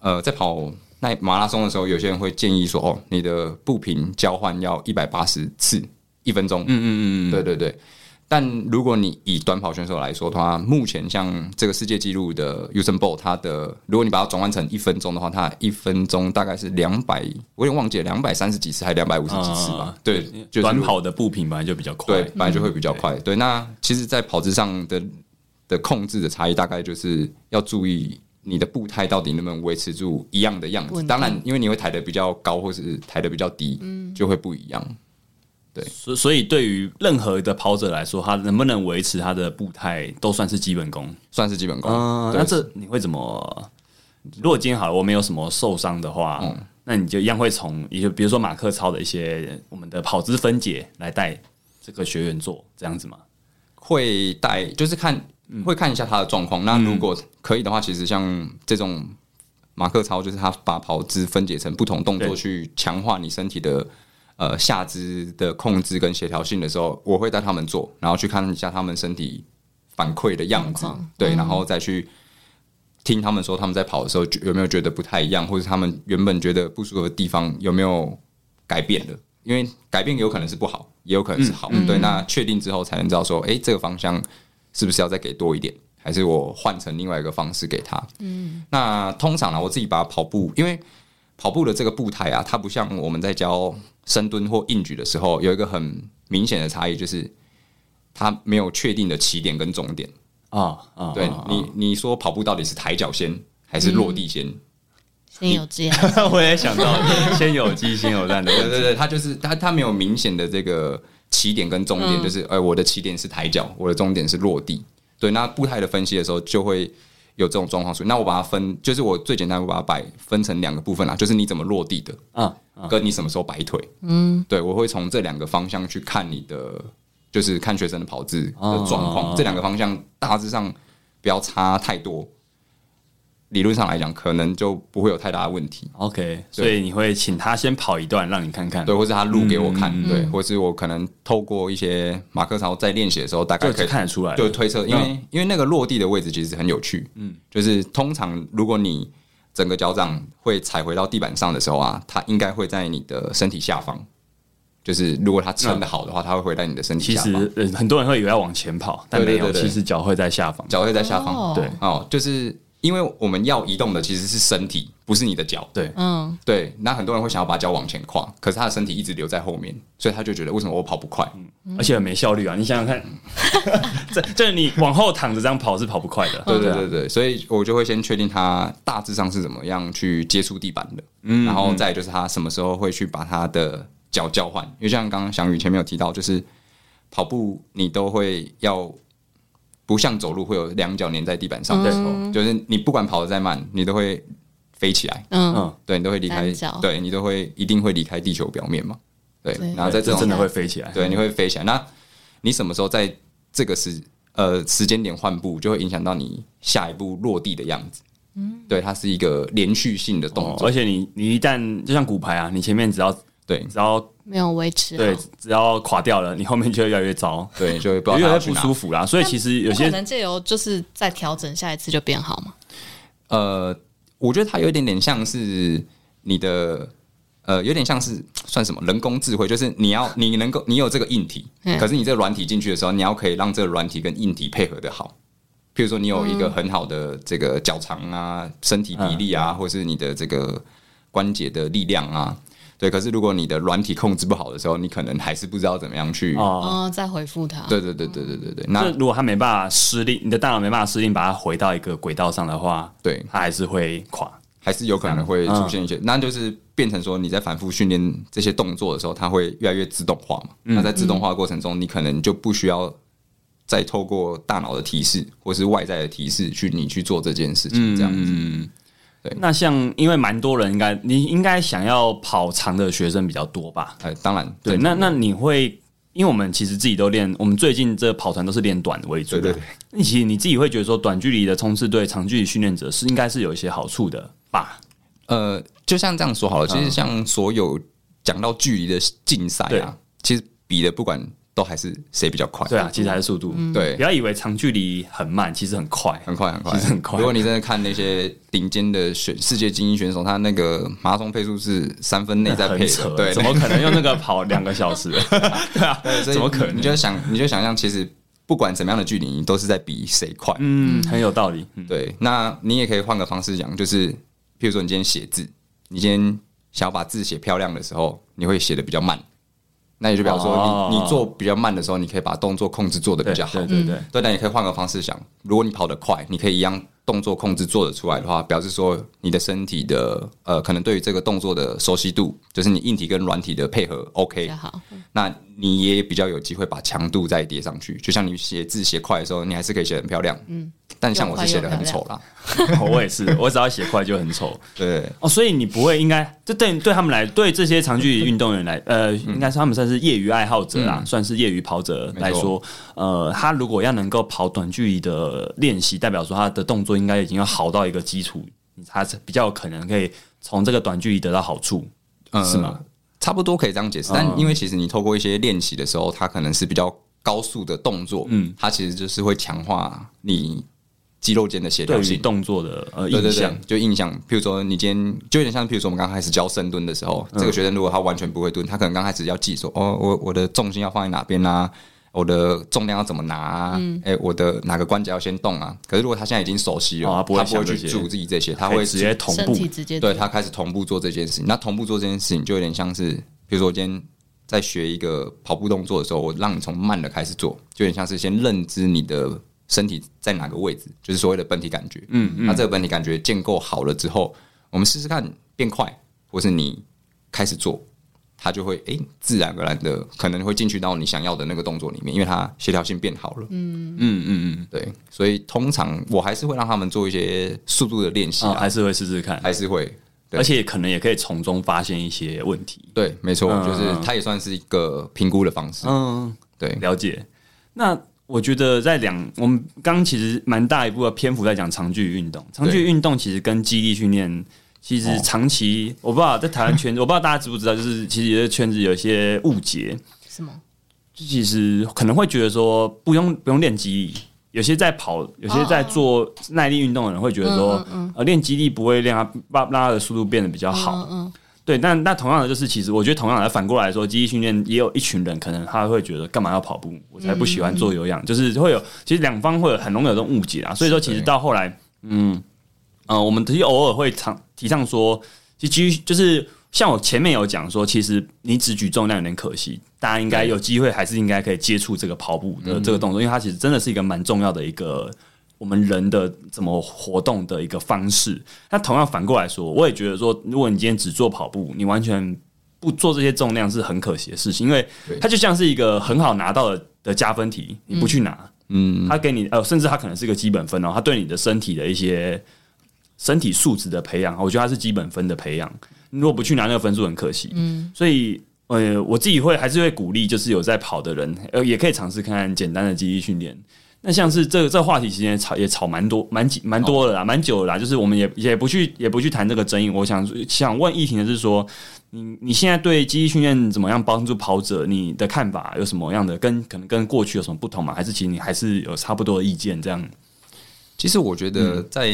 Speaker 3: 呃，在跑那马拉松的时候，有些人会建议说，哦，你的步频交换要一百八十次一分钟。
Speaker 1: 嗯嗯嗯嗯，
Speaker 3: 对对对。但如果你以短跑选手来说的话，目前像这个世界纪录的 Usain Bolt，他的如果你把它转换成一分钟的话，他一分钟大概是两百，我有点忘记了，两百三十几次还是两百五十几次吧
Speaker 1: 啊？
Speaker 3: 对，就是
Speaker 1: 短
Speaker 3: 如
Speaker 1: 跑的步频本来就比较快
Speaker 3: 对，，本来就会比较快。对，那其实，在跑姿上的的控制的差异，大概就是要注意你的步态到底能不能维持住一样的样
Speaker 2: 稳
Speaker 3: 子。
Speaker 2: 定
Speaker 3: 当然，因为你会抬得比较高，或是抬得比较低，就会不一样。
Speaker 1: 所所以对于任何的跑者来说，他能不能维持他的步态，都算是基本功。
Speaker 3: 算是基本功。
Speaker 1: 嗯，
Speaker 3: 对
Speaker 1: 那这你会怎么？如果今天好了，我没有什么受伤的话，那你就一样会从也就比如说马克操的一些我们的跑姿分解来带这个学员做这样子嘛？
Speaker 3: 会带，就是看会看一下他的状况。那如果可以的话，其实像这种马克操，就是他把跑姿分解成不同动
Speaker 1: 对
Speaker 3: 作，去强化你身体的呃下肢的控制跟协调性的时候，我会带他们做，然后去看一下他们身体反馈的样子
Speaker 2: 状况，嗯
Speaker 3: 对，然后再去。听他们说他们在跑的时候觉有没有觉得不太一样，或者他们原本觉得不舒服的地方有没有改变了？因为改变有可能是不好，也有可能是好。对，那确定之后才能知道说，诶，这个方向是不是要再给多一点，还是我换成另外一个方式给他？嗯，那通常呢，我自己把跑步，因为跑步的这个步态啊，它不像我们在教深蹲或硬举的时候有一个很明显的差异，就是它没有确定的起点跟终点。
Speaker 1: 啊啊，
Speaker 3: 对
Speaker 1: 啊
Speaker 3: 你，你说跑步到底是抬脚先还是落地先？
Speaker 2: 先有这样，
Speaker 1: 啊我也想到先有鸡先有蛋的
Speaker 3: 对对对，他就是他，他没有明显的这个起点跟终点，
Speaker 2: 嗯
Speaker 3: 就是呃，我的起点是抬脚，我的终点是落地。对，那步态的分析的时候就会有这种状况出现。那我把它分，就是我最简单，我把它摆分成两个部分啦，就是你怎么落地的，
Speaker 1: 啊，
Speaker 3: 跟你什么时候摆腿。嗯，对，我会从这两个方向去看你的，就是看学生的跑姿的状
Speaker 1: 哦
Speaker 3: 况。这两个方向大致上不要差太多，理论上来讲，可能就不会有太大的问题。
Speaker 1: OK，所以你会请他先跑一段，让你看看，
Speaker 3: 对，或是他录给我看，
Speaker 1: 嗯
Speaker 3: 对，或是我可能透过一些马克操在练习的时候，大概
Speaker 1: 就
Speaker 3: 可
Speaker 1: 只
Speaker 3: 以
Speaker 1: 看得嗯出来。
Speaker 3: 就推测，因为、因为那个落地的位置其实很有趣，嗯，就是通常如果你整个脚掌会踩回到地板上的时候啊，它应该会在你的身体下方，就是如果它撑得好的话，它会回到你的身
Speaker 1: 嗯
Speaker 3: 体
Speaker 1: 其
Speaker 3: 下方，
Speaker 1: 实呃很多人会以为要往前跑，但
Speaker 3: 对
Speaker 1: 没
Speaker 3: 对
Speaker 1: 有，
Speaker 3: 对
Speaker 1: 其
Speaker 3: 对
Speaker 1: 实脚会在下方。
Speaker 3: 脚会在下方，
Speaker 2: 哦
Speaker 1: 对
Speaker 3: 哦，就是因为我们要移动的其实是身体，不是你的脚，
Speaker 1: 对，
Speaker 2: 嗯，
Speaker 3: 对，那很多人会想要把脚往前跨，可是他的身体一直留在后面，所以他就觉得为什么我跑不快？
Speaker 1: 而且很没效率啊！你想想看， 这这你往后躺着这样跑是跑不快的。
Speaker 3: 对对
Speaker 1: 啊
Speaker 3: 对对，所以我就会先确定他大致上是怎么样去接触地板的，然后再就是他什么时候会去把他的脚交换，因为像刚刚翔宇前面有提到，就是跑步你都会要不像走路会有两脚粘在地板
Speaker 1: 啊嗯
Speaker 3: 上的时候，就是你不管跑得再慢，你都会飞起来，
Speaker 2: 嗯
Speaker 1: 嗯，
Speaker 3: 对你都会离开
Speaker 2: 单脚，
Speaker 3: 对你都会一定会离开地球表面嘛，对
Speaker 2: 对，
Speaker 3: 然后在这
Speaker 1: 这
Speaker 3: 种
Speaker 1: 真的会飞起来。
Speaker 3: 对，你会飞起来。那你什么时候在这个时呃时间点换步，就会影响到你下一步落地的样子。嗯，对，它是一个连续性的动
Speaker 1: 哦，
Speaker 3: 作。
Speaker 1: 而且你你一旦就像骨牌啊，你前面只要只
Speaker 3: 对
Speaker 1: 要
Speaker 2: 没有维持
Speaker 1: 对
Speaker 2: 好，
Speaker 1: 只要垮掉了，你后面就会越来越糟，
Speaker 3: 对，就会不
Speaker 1: 越
Speaker 3: 知
Speaker 1: 来
Speaker 3: 道它
Speaker 1: 越
Speaker 3: 要去
Speaker 1: 不
Speaker 3: 哪
Speaker 1: 舒服啦。所以其实有
Speaker 2: 不可
Speaker 1: 些
Speaker 2: 能借由就是再调整，下一次就变好嘛。
Speaker 3: 呃，我觉得它有一点点像是你的。呃，有点像是算什么人工智慧，就是你要 你能够你有这个硬体，
Speaker 2: 嗯
Speaker 3: 可是你这个软体进去的时候，你要可以让这个软体跟硬体配合的好。譬如说，你有一个很好的这个脚长啊、身体比例啊，或是你的这个关节的力量啊，对。可是如果你的软体控制不好的时候，你可能还是不知道怎么样去。
Speaker 1: 哦，
Speaker 2: 哦，再回复他，
Speaker 3: 对对对对对对对，
Speaker 1: 那
Speaker 3: 那
Speaker 1: 如果他没办法失令，你的大脑没办法失令，把它回到一个轨道上的话，
Speaker 3: 对
Speaker 1: 它还是会垮。
Speaker 3: 还是有可能会
Speaker 1: 嗯
Speaker 3: 出现一些，那就是变成说你在反复训练这些动作的时候，它会越来越自动化嘛。
Speaker 1: 嗯
Speaker 3: 那在自动化的过程中，你可能就不需要再透过大脑的提示或是外在的提示去你去做这件事
Speaker 1: 嗯
Speaker 3: 情，这样子。
Speaker 1: 那像因为蛮多人应该你应该想要跑长的学生比较多吧？
Speaker 3: 哎，当然，
Speaker 1: 对，那那你会，因为我们其实自己都练，我们最近这跑团都是练短为主的。
Speaker 3: 对对对
Speaker 1: 那其实你自己会觉得说，短距离的冲刺对长距离训练者是应该是有一些好处的。吧？
Speaker 3: 呃，就像这样说好
Speaker 1: 嗯
Speaker 3: 了，其实像所有讲到距离的竞赛
Speaker 1: 对
Speaker 3: 啊，其实比的不管都还是谁比较快，
Speaker 1: 对啊，其实还是速度。
Speaker 3: 对
Speaker 1: 不要以为长距离很慢，其实很快。
Speaker 3: 嗯很快很快，
Speaker 1: 其实很快
Speaker 3: 如果你真的看那些顶尖的选世界精英选手，他那个马拉松配速是三分内在配
Speaker 1: 很扯
Speaker 3: 的，，对，
Speaker 1: 怎么可能用那个跑两个 小时？
Speaker 3: 对所以
Speaker 1: 怎么可能
Speaker 3: 你就想，你就想象，其实不管怎么样的距离，你都是在比谁快。
Speaker 1: 嗯，很有道理。嗯
Speaker 3: 对，那你也可以换个方式讲，就是譬如说你今天写字，你今天想要把字写漂亮的时候，你会写的比较慢，那也就表示说你、
Speaker 1: 哦
Speaker 3: 你做比较慢的时候，你可以把动作控制做的比
Speaker 1: 对
Speaker 3: 较好
Speaker 1: 对。对 对，
Speaker 3: 对，那也可以换个方式想，如果你跑得快，你可以一样动作控制做得出来的话，表示说你的身体的呃，可能对于这个动作的熟悉度，就是你硬体跟软体的配合 OK，
Speaker 2: 比较好。
Speaker 3: 那你也比较有机会把强度再叠上去。就像你写字写快的时候，你还是可以写得很漂亮，嗯，但像我是写的很丑啦，
Speaker 1: 哦我也是，我只要写快就很丑。
Speaker 3: 对
Speaker 1: 哦，所以你不会应该，这对对他们来，对这些长距离运动员来，呃，
Speaker 3: 嗯
Speaker 1: 应该是他们算是业余爱好者啦，算是业余跑者来说，呃，他如果要能够跑短距离的练习，代表说他的动作应该已经要好到一个基础，他才比较有可能可以从这个短距离得到好处，
Speaker 3: 呃
Speaker 1: 是吗？
Speaker 3: 差不多可以这样解释。
Speaker 1: 嗯
Speaker 3: 但因为其实你透过一些练习的时候，它可能是比较高速的动作，嗯，它其实就是会强化你肌肉间的协
Speaker 1: 对
Speaker 3: 调
Speaker 1: 于
Speaker 3: 性。
Speaker 1: 动作的呃
Speaker 3: 对
Speaker 1: 印
Speaker 3: 对对
Speaker 1: 象，，
Speaker 3: 就印象。譬如说，你今天就有点像，譬如说我们刚开始教深蹲的时候，这
Speaker 1: 嗯
Speaker 3: 个学生如果他完全不会蹲，他可能刚开始要记说，哦，我我的重心要放在哪边啊，我的重量要怎么拿啊，
Speaker 1: 嗯
Speaker 3: 哎、我的哪个关节要先动啊。可是如果他现在已经熟悉了，
Speaker 1: 哦他不会
Speaker 3: 他不会
Speaker 1: 想这
Speaker 3: 去
Speaker 1: 些
Speaker 3: 注意这些，他
Speaker 1: 可
Speaker 3: 会
Speaker 1: 以直接同
Speaker 2: 身
Speaker 1: 步
Speaker 2: 体直接
Speaker 3: 对他开始同步做这件事情。那同步做这件事情，就有点像是，比如说我今天在学一个跑步动作的时候，我让你从慢的开始做，就有点像是先认知你的身体在哪个位置，就是所谓的本体感觉。嗯嗯。那这个本体感觉建构好了之后，我们试试看变快，或是你开始做。它就会诶、自然而然的可能会进去到你想要的那个动作里面，因为它协调性变好了。嗯嗯嗯嗯，对，所以通常我还是会让他们做一些速度的练习、
Speaker 1: 啊，
Speaker 3: 啊，
Speaker 1: 还是会试试看，
Speaker 3: 还是会对
Speaker 1: 而且可能也可以从中发现一些问题。
Speaker 3: 对，没错，
Speaker 1: 嗯
Speaker 3: 就是它也算是一个评估的方式。
Speaker 1: 嗯，
Speaker 3: 对，
Speaker 1: 了解。那我觉得在两，我们刚其实蛮大一部分篇幅在讲长距离运动。长距离运动其实跟肌力训练，其实长期、我不知道在台湾圈，我不知道大家知不知道，就是其实这圈子有一些误解，
Speaker 2: 什么？
Speaker 1: 就其实可能会觉得说不用不用练肌力。有些在跑，有些
Speaker 2: 哦
Speaker 1: 在做耐力运动的人会觉得
Speaker 2: 嗯
Speaker 1: 说，呃，练肌力不会让他让让他的速度变得比较好，
Speaker 2: 嗯嗯，
Speaker 1: 对，那那同样的就是，其实我觉得同样的反过来说，记忆训练也有一群人可能他会觉得干嘛要跑步，我才不喜
Speaker 2: 嗯
Speaker 1: 欢做有氧，就是会有其实两方会有很容易有这种误解啊。所以说，其实到后来，嗯呃，我们其实偶尔会常提倡说，其实肌就是像我前面有讲说，其实你只举重量有点可惜，大家应该有机会还是应该可以接触这个跑步
Speaker 3: 嗯
Speaker 1: 的这个动作，因为它其实真的是一个蛮重要的一个我们人的怎么活动的一个方式。那同样反过来说，我也觉得说，如果你今天只做跑步，你完全不做这些重量是很可惜的事情，因为
Speaker 3: 对
Speaker 1: 它就像是一个很好拿到的的加分题，你不去拿，
Speaker 3: 嗯，
Speaker 1: 他给你呃，甚至他可能是一个基本分哦，他对你的身体的一些身体素质的培养，我觉得他是基本分的培养。你如果不去拿那个分数，很可惜。嗯，所以呃，我自己会还是会鼓励，就是有在跑的人，呃，也可以尝试看看简单的肌力训练。那像是这这话题，其实也吵也吵蛮多蛮几蛮多了啦，蛮久了啦。就是我们也也不去也不去谈这个争议。我想想问议婷的是说，你你现在对肌力训练怎么样帮助跑者？你的看法有什么样的跟可能跟过去有什么不同吗？还是其实你还是有差不多的意见这样？
Speaker 3: 其实我觉
Speaker 1: 嗯
Speaker 3: 得在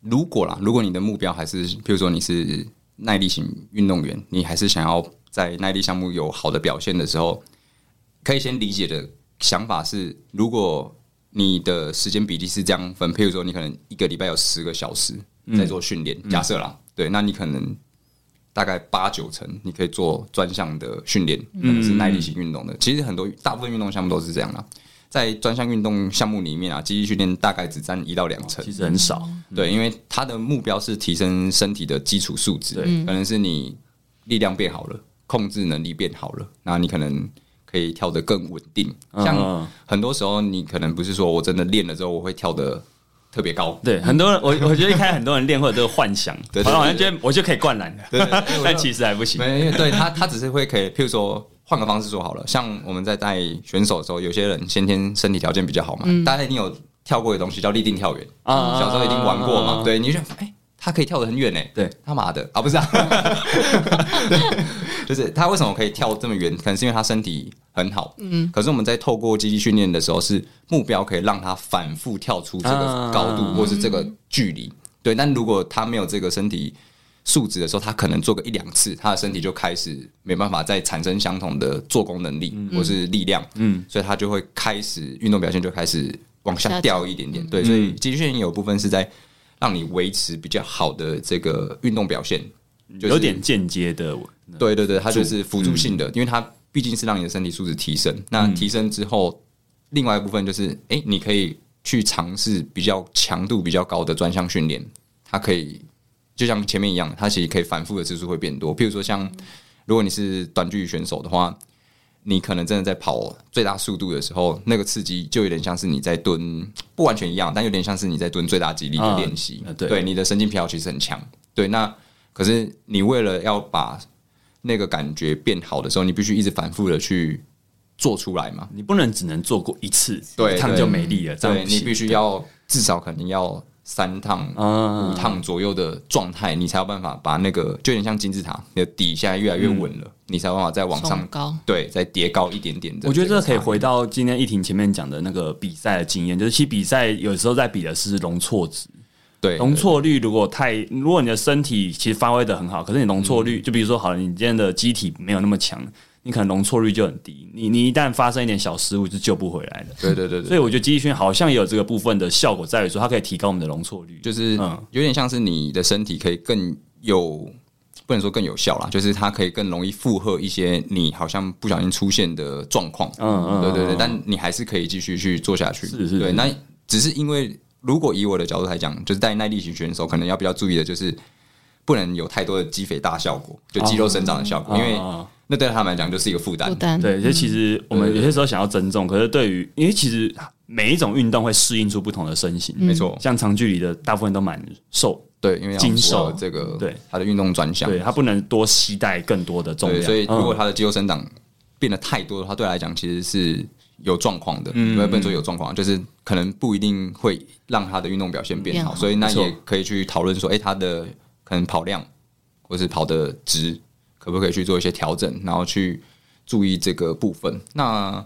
Speaker 3: 如果啦，如果你的目标还是，譬如说你是耐力型运动员，你还是想要在耐力项目有好的表现的时候，可以先理解的想法是，如果你的时间比例是这样分，譬如说你可能一个礼拜有十个小时
Speaker 1: 嗯
Speaker 3: 在做训练，假设啦，对，那你可能大概八九成你可以做专项的训练，
Speaker 1: 嗯
Speaker 3: 可能是耐力型运动的。其实很多大部分运动项目都是这样啦，在专项运动项目里面啊，肌力训练大概只占一到两成
Speaker 1: 哦其，实很少，
Speaker 3: 对，因为它的目标是提升身体的基础素质，
Speaker 1: 对
Speaker 3: 可能是你力量变好了，控制能力变好了，那你可能可以跳得更稳定。像
Speaker 1: 嗯
Speaker 3: 很多时候，你可能不是说我真的练了之后我会跳得特别高，
Speaker 1: 对很多人，我我觉得一开始很多人练会有这个幻想，
Speaker 3: 对对
Speaker 1: 好像好像
Speaker 3: 对
Speaker 1: 觉得我就可以灌篮，
Speaker 3: 对对对
Speaker 1: 但其实还不行。
Speaker 3: 没，因为对他，他只是会可以，譬如说换个方式说好了，像我们在带选手的时候，有些人先天身体条件比较好嘛，大家一定有跳过的东西叫立定跳远，
Speaker 1: 啊
Speaker 3: 小时候一定玩过嘛，对，你就觉得哎、他可以跳得很远诶、
Speaker 1: 对，
Speaker 3: 他妈的啊，不是啊，就是他为什么可以跳这么远？可能是因为他身体很好，嗯。可是我们在透过积极训练的时候，是目标可以让他反复跳出这个高度
Speaker 1: 啊
Speaker 3: 或是这个距离，对。但如果他没有这个身体素质的时候，他可能做个一两次，他的身体就开始没办法再产生相同的做工能力或是力量，嗯，所以他就会开始运动表现就开始往下
Speaker 2: 下
Speaker 3: 掉一点点，对，所以极限有部分是在让你维持比较好的这个运动表现，就是
Speaker 1: 嗯有点间接的，
Speaker 3: 对对对，它就是辅助性的，因为它毕竟是让你的身体素质提升。那提升之后，另外一部分就是，哎、你可以去尝试比较强度比较高的专项训练，它可以就像前面一样，它其实可以反复的次数会变多。譬如说像，如果你是短距离选手的话，你可能真的在跑最大速度的时候，那个刺激就有点像是你在蹲，不完全一样，但有点像是你在蹲最大肌力的
Speaker 1: 啊
Speaker 3: 练习、
Speaker 1: 呃对
Speaker 3: 你的神经疲劳其实很强。对，那可是你为了要把那个感觉变好的时候，你必须一直反复的去做出来嘛。
Speaker 1: 你不能只能做过一次，
Speaker 3: 对
Speaker 1: 一趟
Speaker 3: 对
Speaker 1: 就没力了，这样
Speaker 3: 对
Speaker 1: 不
Speaker 3: 你
Speaker 1: 行
Speaker 3: 必须要至少可能要三趟、
Speaker 1: 啊
Speaker 3: 五趟左右的状态，你才有办法把那个就有点像金字塔，你的底现在越来越稳了，你才有办法再往上
Speaker 2: 冲高
Speaker 3: 对，再叠高一点点
Speaker 1: 嗯
Speaker 3: 的。
Speaker 1: 我觉得这
Speaker 3: 个
Speaker 1: 可以
Speaker 3: 差异
Speaker 1: 回到今天一婷前面讲的那个比赛的经验，就是其实比赛有时候在比的是容错值，
Speaker 3: 对
Speaker 1: 容错率如果太，如果你的身体其实发挥的很好，可是你容错率，
Speaker 3: 嗯
Speaker 1: 就比如说好了，你今天的机体没有那么强，你可能容错率就很低，你你一旦发生一点小失误是救不回来的。
Speaker 3: 对对对对
Speaker 1: 所以我觉得机训好像也有这个部分的效果，在于说它可以提高我们的容错率，
Speaker 3: 就是
Speaker 1: 嗯
Speaker 3: 有点像是你的身体可以更有，不能说更有效啦，就是它可以更容易负荷一些你好像不小心出现的状况。
Speaker 1: 嗯嗯
Speaker 3: 对对对，
Speaker 1: 嗯
Speaker 3: 但你还是可以继续去做下去。
Speaker 1: 是是
Speaker 3: 对，
Speaker 1: 是
Speaker 3: 那只是因为如果以我的角度来讲，就是带耐力型选手，可能要比较注意的就是不能有太多的肌肥大效果，就肌肉生长的效果，因为
Speaker 1: 啊
Speaker 3: 那对他们来讲就是一个负担
Speaker 2: 负。担
Speaker 1: 对，就其
Speaker 3: 嗯
Speaker 1: 实我们有些时候想要增重，可是对于因为其实每一种运动会适应出不同的身形，
Speaker 3: 没错，
Speaker 1: 像长距离的大部分都蛮瘦，
Speaker 3: 对，因为要
Speaker 1: 精
Speaker 3: 符合
Speaker 1: 瘦
Speaker 3: 这个
Speaker 1: 对
Speaker 3: 他的运动专项，
Speaker 1: 对，它不能多携带更多的重
Speaker 3: 对，
Speaker 1: 量，
Speaker 3: 所以如果
Speaker 1: 嗯
Speaker 3: 他的肌肉生长变得太多的话，对他来讲其实是有状况的，因为不能说有状况，就是可能不一定会让他的运动表现变
Speaker 2: 变
Speaker 3: 好，
Speaker 2: 好
Speaker 3: 所以那
Speaker 1: 没错
Speaker 3: 也可以去讨论说，哎、他的可能跑量或是跑的值，可不可以去做一些调整，然后去注意这个部分。那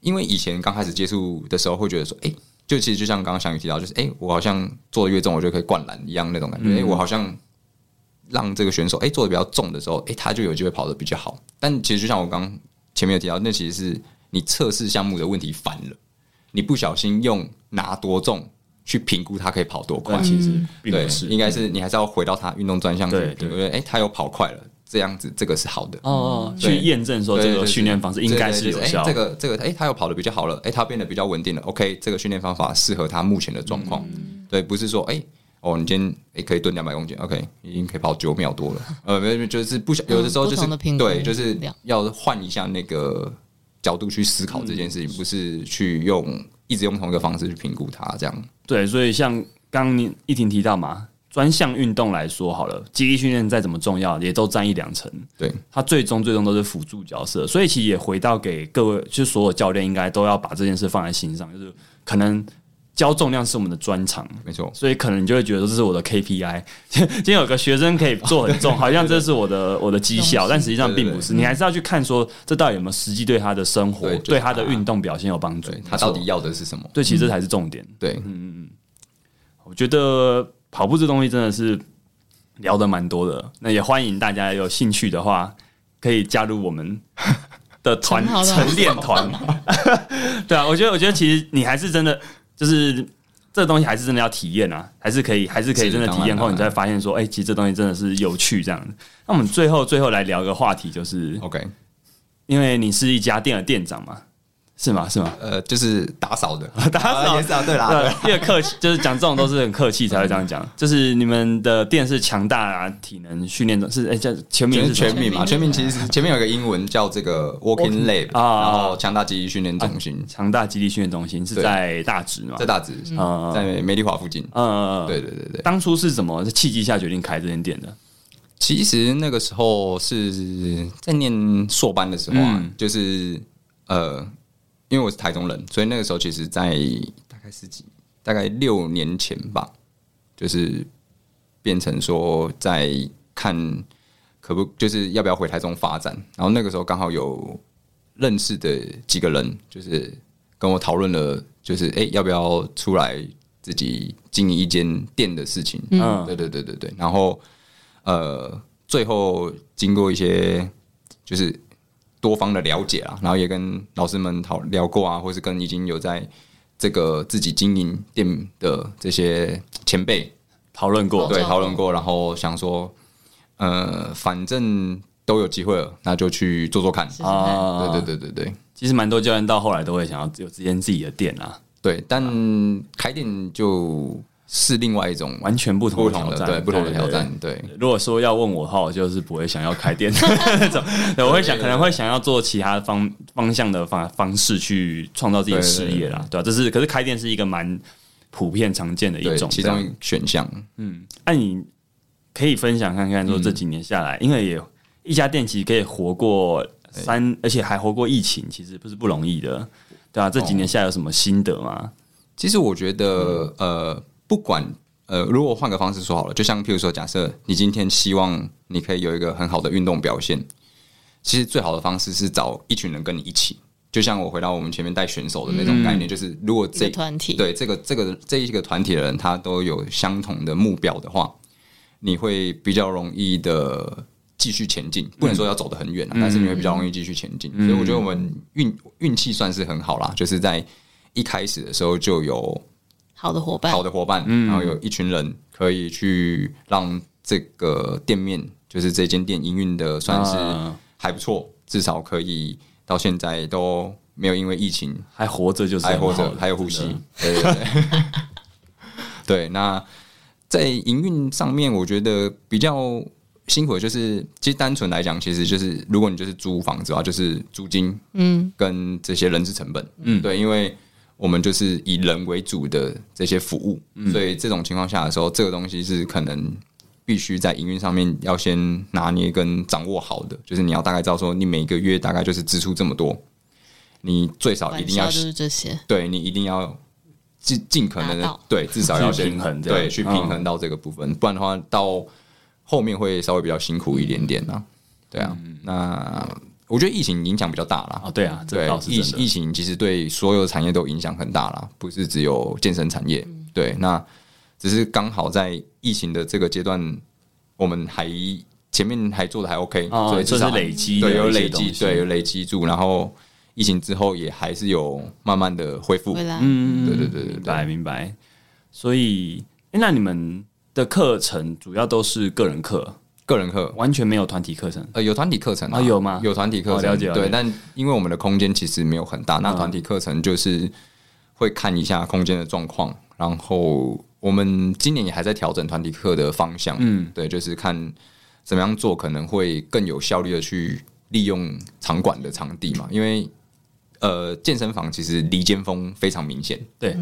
Speaker 3: 因为以前刚开始接触的时候，会觉得说，哎、就其实就像刚刚翔宇提到，就是哎、诶我好像做的越重，我就可以灌篮一样那种感
Speaker 1: 嗯
Speaker 3: 觉。哎、我好像让这个选手哎、诶做的比较重的时候，哎、他就有机会跑得比较好。但其实就像我刚刚前面有提到，那其实是你测试项目的问题反了，你不小心用拿多重去评估他可以跑多快
Speaker 1: 但，其实并
Speaker 3: 嗯对
Speaker 1: 不，是，
Speaker 3: 应该是你还是要回到他运动专项去
Speaker 1: 对
Speaker 3: 评估，
Speaker 1: 对
Speaker 3: 哎、诶他有跑快了，这样子这个是好的。
Speaker 1: 哦，
Speaker 3: 对
Speaker 1: 去验证说
Speaker 3: 对
Speaker 1: 这
Speaker 3: 对
Speaker 1: 个
Speaker 3: 对
Speaker 1: 训练方式应该是
Speaker 3: 对
Speaker 1: 有
Speaker 3: 对
Speaker 1: 效
Speaker 3: 对对哎这个这个，哎、他又跑得比较好了，哎、他变得比较稳定了。OK，这个训练方法适合他目前的状况。
Speaker 1: 嗯
Speaker 3: 对，不是说哎、哦，你今天哎、可以蹲两百公斤，OK，已经可以跑九秒多了。呃，没有，没有就是不想有的时候
Speaker 2: 嗯
Speaker 3: 就
Speaker 2: 不
Speaker 3: 是、
Speaker 2: 同的评估
Speaker 3: 对，就是
Speaker 2: 量
Speaker 3: 要换一下那个角度去思考这件
Speaker 2: 嗯
Speaker 3: 事情，不是去用一直用同一个方式去评估它这样。
Speaker 1: 对，所以像刚你一婷提到嘛，专项运动来说好了，肌力训练再怎么重要，也都占一两成。
Speaker 3: 对，
Speaker 1: 它最终最终都是辅助角色，所以其实也回到给各位，就是所有教练应该都要把这件事放在心上，就是可能教重量是我们的专长，
Speaker 3: 没错。
Speaker 1: 所以可能你就会觉得这是我的 KPI。今 天有个学生可以做很重，好像这是我 的我的绩效，但实际上并不是。你还是要去看说这到底有没有实际对他的生活、
Speaker 3: 对就是
Speaker 1: 对他的运动表现有帮助
Speaker 3: 对，他到底要的是什么？
Speaker 1: 对，其实这才是重点。
Speaker 3: 对，
Speaker 1: 我觉得跑步这东西真的是聊的蛮多的，那也欢迎大家有兴趣的话，可以加入我 们的团
Speaker 2: 很好的
Speaker 1: 晨练团。对啊，我觉得，我觉得其实你还是真的就是。这东西还是真的要体验啊，还是可以，还是可以
Speaker 3: 是
Speaker 1: 真的体验
Speaker 3: 当
Speaker 1: 后，
Speaker 3: 然
Speaker 1: 你才发现说，哎、其实这东西真的是有趣这样子。那我们最后最后来聊一个话题，就是
Speaker 3: ，OK，
Speaker 1: 因为你是一家店的店长嘛，是吗？是吗？
Speaker 3: 呃，就是打扫的，
Speaker 1: 打扫
Speaker 3: 啊也是啊，对啦，对啦
Speaker 1: 对，越客气 就是讲这种都是很客气才会这样讲。就是你们的店是强大啊体能训练中是哎叫全名是
Speaker 3: 全
Speaker 1: 什么
Speaker 3: 全名嘛，全
Speaker 2: 全
Speaker 3: 名
Speaker 2: 名
Speaker 3: 其实是前面有个英文叫这个 Walking Lab，
Speaker 1: 啊
Speaker 3: 然后强大记忆训练中心，
Speaker 1: 强大基地训练中心是
Speaker 3: 对
Speaker 1: 在大直嘛
Speaker 3: 在？大直，
Speaker 1: 嗯
Speaker 3: 在美丽华附近。
Speaker 1: 呃，
Speaker 3: 对对对对，
Speaker 1: 当初是怎么是契机下决定开这间店的？
Speaker 3: 其实那个时候是在念硕班的时候啊，就是呃，因为我是台中人，所以那个时候其实，在大概是几，大概六年前吧，就是变成说在看可不就是要不要回台中发展。然后那个时候刚好有认识的几个人，就是跟我讨论了，就是哎、诶要不要出来自己经营一间店的事情。
Speaker 1: 嗯
Speaker 3: 对对对对对。然后呃，最后经过一些就是多方的了解啊，然后也跟老师们讨聊过啊，或是跟已经有在这个自己经营店的这些前辈
Speaker 1: 讨论过，
Speaker 3: 对
Speaker 2: 哦
Speaker 3: 讨论过，然后想说，呃，反正都有机会了，那就去做做看。
Speaker 2: 试试看
Speaker 1: 啊，
Speaker 3: 对对对对对
Speaker 1: 其实蛮多教练到后来都会想要有之间自己的店啊，
Speaker 3: 对，但开店就是另外一种
Speaker 1: 完全不同
Speaker 3: 不
Speaker 1: 的
Speaker 3: 同
Speaker 1: 挑
Speaker 3: 的
Speaker 1: 战，
Speaker 3: 对不同的挑战。，对
Speaker 1: 对对如果说要问我的话，我就是不会想要开店 那种，对我会想可能会想要做其他方方向的方方式去创造自己的事业啦，对吧、这是可是开店是一个蛮普遍常见的一
Speaker 3: 对，
Speaker 1: 种，
Speaker 3: 其
Speaker 1: 这样
Speaker 3: 中一个选项。
Speaker 1: 那、你可以分享看看，说这几年下来，因为也一家店其实可以活过三，而且还活过疫情，其实不是不容易的，对啊，这几年下来有什么心得吗？
Speaker 3: 哦其实我觉得，呃，不管呃，如果换个方式说好了，就像譬如说，假设你今天希望你可以有一个很好的运动表现，其实最好的方式是找一群人跟你一起。就像我回到我们前面带选手的那种概念，就是如果
Speaker 2: 一
Speaker 3: 这
Speaker 2: 个团体，
Speaker 3: 对这个这个这一个团体的人，他都有相同的目标的话，你会比较容易的继续前进。不能说要走得很远、啊，但是你会比较容易继续前进。所以我觉得我们运运气算是很好啦，就是在一开始的时候就有
Speaker 2: 好的伙伴，
Speaker 3: 好的伙伴，然后有一群人可以去让这个店面，就是这间店营运的算是
Speaker 1: 啊
Speaker 3: 还不错，至少可以到现在都没有因为疫情
Speaker 1: 还活着就是
Speaker 3: 还
Speaker 1: 很好
Speaker 3: 活
Speaker 1: 的
Speaker 3: 着，还有呼
Speaker 1: 真
Speaker 3: 吸
Speaker 1: 的，
Speaker 3: 对对 对。对，那在营运上面，我觉得比较辛苦的就是，其实单纯来讲，其实就是如果你就是租房子啊，就是租金，嗯，跟这些人事成本，嗯，对，因为我们就是以人为主的这些服务，
Speaker 1: 嗯
Speaker 3: 所以这种情况下的时候，这个东西是可能。必须在营运上面要先拿捏跟掌握好的，就是你要大概知道说，你每个月大概就是支出这么多，你最少一
Speaker 2: 玩
Speaker 3: 定要
Speaker 2: 笑就是这些，
Speaker 3: 对你一定要尽尽可能
Speaker 2: 达
Speaker 3: 的
Speaker 2: 到
Speaker 3: 对，至少要
Speaker 1: 去
Speaker 3: 先
Speaker 1: 平衡这啊嗯样
Speaker 3: 对，去平衡到这个部分，不然的话到后面会稍微比较辛苦一点点啊。对啊，
Speaker 1: 嗯
Speaker 3: 那我觉得疫情影响比较大啦。
Speaker 1: 哦，对啊，这
Speaker 3: 对
Speaker 1: 倒，是
Speaker 3: 疫
Speaker 1: 真的
Speaker 3: 疫。情其实对所有产业都影响很大啦，不是只有健身产业。
Speaker 2: 嗯
Speaker 3: 对，那只是刚好在疫情的这个阶段，我们还前面还做的还 OK，、
Speaker 1: 哦
Speaker 3: 所以至少
Speaker 1: 这是累积的
Speaker 3: 对，有
Speaker 1: 一些
Speaker 3: 累积，
Speaker 1: 东西
Speaker 3: 对，有累积住，然后疫情之后也还是有慢慢的恢复
Speaker 2: 回。来，
Speaker 1: 嗯，
Speaker 3: 对对对对
Speaker 1: 明
Speaker 3: 对，
Speaker 1: 白明白。所以，诶那你们的课程主要都是个人课，
Speaker 3: 个人课
Speaker 1: 完全没有团体课程。
Speaker 3: 呃，有团体课程
Speaker 1: 啊有吗
Speaker 3: 有团体课程，
Speaker 1: 哦了解了解嗯
Speaker 3: 对，但因为我们的空间其实没有很大，那团体课程就是会看一下空间的状况，然后我们今年也还在调整团体课的方向，嗯，对，就是看怎么样做可能会更有效率的去利用场馆的场地嘛，因为呃，健身房其实离尖峰非常明显，
Speaker 1: 对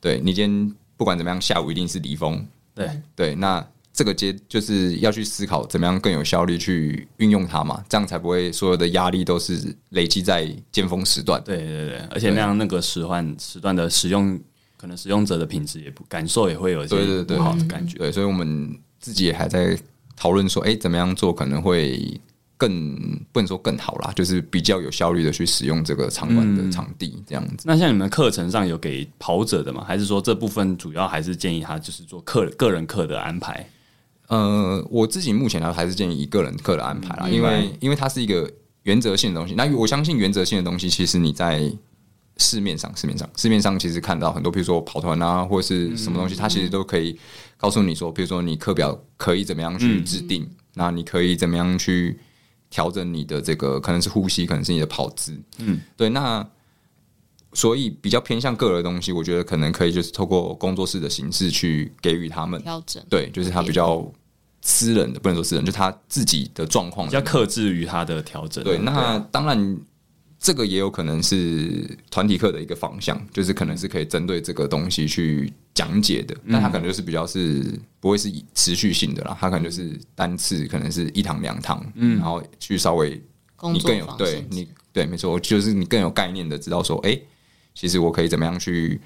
Speaker 3: 对你今天不管怎么样，下午一定是离峰，
Speaker 1: 对，
Speaker 3: 对，那这个阶就是要去思考怎么样更有效率去运用它嘛，这样才不会所有的压力都是累积在尖峰时段。
Speaker 1: 对对对，而且那样那个时段时段的使用，可能使用者的品质也不感受也会有一
Speaker 3: 对对
Speaker 1: 些
Speaker 3: 对
Speaker 1: 不好的感觉。
Speaker 3: 对，所以我们自己也还在讨论说，哎、怎么样做可能会更不能说更好啦，就是比较有效率的去使用这个场馆的场地这样子。
Speaker 1: 那像你们课程上有给跑者的吗？还是说这部分主要还是建议他就是做个个人课的安排？
Speaker 3: 呃，我自己目前呢还是建议以个人课的安排啦，因
Speaker 1: 明
Speaker 3: 为因为它是一个原则性的东西。那我相信原则性的东西，其实你在市面上、市面上、市面上其实看到很多，比如说跑团啊，或者是什么东西，它其实都可以告诉你说，比如说你课表可以怎么样去制定，那你可以怎么样去调整你的这个可能是呼吸，可能是你的跑姿，嗯，对，那。所以比较偏向个人的东西，我觉得可能可以就是透过工作室的形式去给予他们，
Speaker 2: 调整，
Speaker 3: 对，就是他比较私人的，不能说私人，就他自己的状况
Speaker 1: 比。较克制于他的调整。
Speaker 3: 对，那当然，这个也有可能是团体课的一个方向，就是可能是可以针对这个东西去讲解的，但他可能就是比较是不会是以持续性的啦，他可能就是单次，可能是一堂两堂，嗯，然后去稍微
Speaker 2: 工
Speaker 3: 你
Speaker 2: 作
Speaker 3: 更有
Speaker 2: 坊
Speaker 3: 对
Speaker 2: 甚至
Speaker 3: 你对没错，我就是你更有概念的知道说，哎、其实我可以怎么样去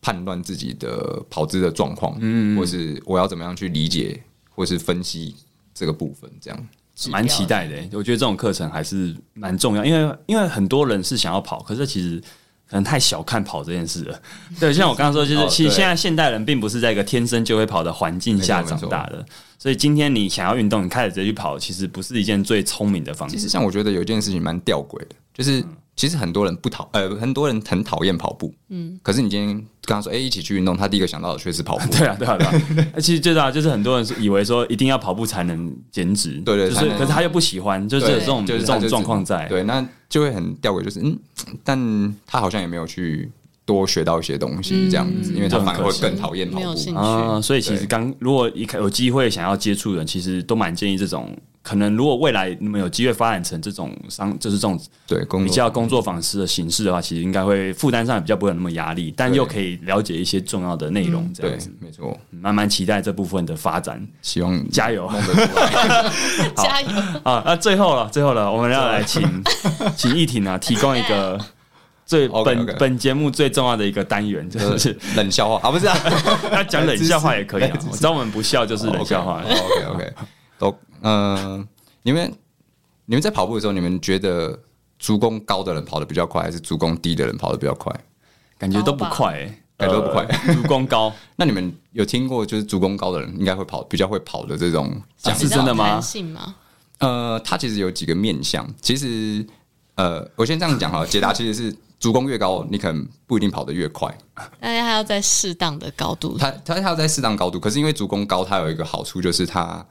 Speaker 3: 判断自己的跑姿的状况，嗯或是我要怎么样去理解或是分析这个部分，这样。
Speaker 2: 指标
Speaker 1: 蛮 期待的、欸我觉得这种课程还是蛮重要，因为因为很多人是想要跑，可是其实可能太小看跑这件事了。 对，像我刚刚说，就是、
Speaker 3: 哦
Speaker 1: 其实
Speaker 3: 对
Speaker 1: 现在现代人并不是在一个天生就会跑的环境下
Speaker 3: 没错
Speaker 1: 长
Speaker 3: 没错
Speaker 1: 大的，所以今天你想要运动，你开始直接去跑，其实不是一件最聪明的方
Speaker 3: 其实
Speaker 1: 式。。
Speaker 3: 像我觉得有一件事情蛮吊诡的，就是其实很多人不讨呃，很多人很讨厌跑步，嗯，可是你今天跟他说，哎、一起去运动，他第一个想到的却是跑步
Speaker 1: 对啊，对啊，对啊。那其实就是啊，就是很多人是以为说一定要跑步才能减脂，
Speaker 3: 对
Speaker 1: 就
Speaker 3: 对
Speaker 1: 是
Speaker 3: 才能
Speaker 1: 可是他又不喜欢，就是有这种
Speaker 3: 就
Speaker 1: 有
Speaker 3: 是
Speaker 1: 这
Speaker 3: 他
Speaker 1: 种
Speaker 3: 就是
Speaker 1: 状况在。
Speaker 3: 对，那就会很吊诡，就是嗯，但他好像也没有去多学到一些东西，这样子，因为他
Speaker 1: 就很
Speaker 3: 反而会
Speaker 1: 可惜
Speaker 3: 更讨厌跑
Speaker 2: 嗯没有兴
Speaker 3: 步。
Speaker 2: 趣
Speaker 1: 啊，所以其实
Speaker 3: 对
Speaker 1: 刚如果一开有机会想要接触的人，其实都蛮建议这种。可能如果未来你们有机会发展成这种商，就是这种
Speaker 3: 对，工
Speaker 1: 比
Speaker 3: 作
Speaker 1: 较工作坊式的形式的话，其实应该会负担上也比较不会有那么压力，但
Speaker 3: 对嗯
Speaker 1: 又可以了解一些重要的内容，这
Speaker 3: 对嗯
Speaker 1: 样子，
Speaker 3: 没错，
Speaker 1: 慢慢期待这部分的发展，
Speaker 3: 希望加
Speaker 1: 加油！
Speaker 3: 弄得出来。
Speaker 2: 加油！
Speaker 1: 啊，那最后了，最后了，我们要来请请 易婷啊，提供一个最
Speaker 3: OK，OK
Speaker 1: 本本节目最重要的一个单元， 就是
Speaker 3: 冷笑话啊，不是啊
Speaker 1: 要讲冷笑话也可以 啊
Speaker 3: 知识，
Speaker 1: 我知道我们不笑 就是冷笑话，
Speaker 3: 哎 OK OK，都哦嗯，你们你们在跑步的时候，你们觉得足弓高的人跑得比较快，还是足弓低的人跑得比较快？
Speaker 1: 感觉都不快、欸，
Speaker 3: 高吧感觉都不快
Speaker 1: 呃，足弓高
Speaker 3: 那你们有听过就是足弓高的人应该会跑比较会跑的这种 讲
Speaker 1: 啊是真的吗
Speaker 2: 比较有弹性吗？
Speaker 3: 呃，它其实有几个面向。其实，呃，我先这样讲哈，解答其实是足弓越高，你可能不一定跑得越快。
Speaker 2: 大家还要在适当的高度，
Speaker 3: 它它它要在适当高度，可是因为足弓高，它有一个好处就是它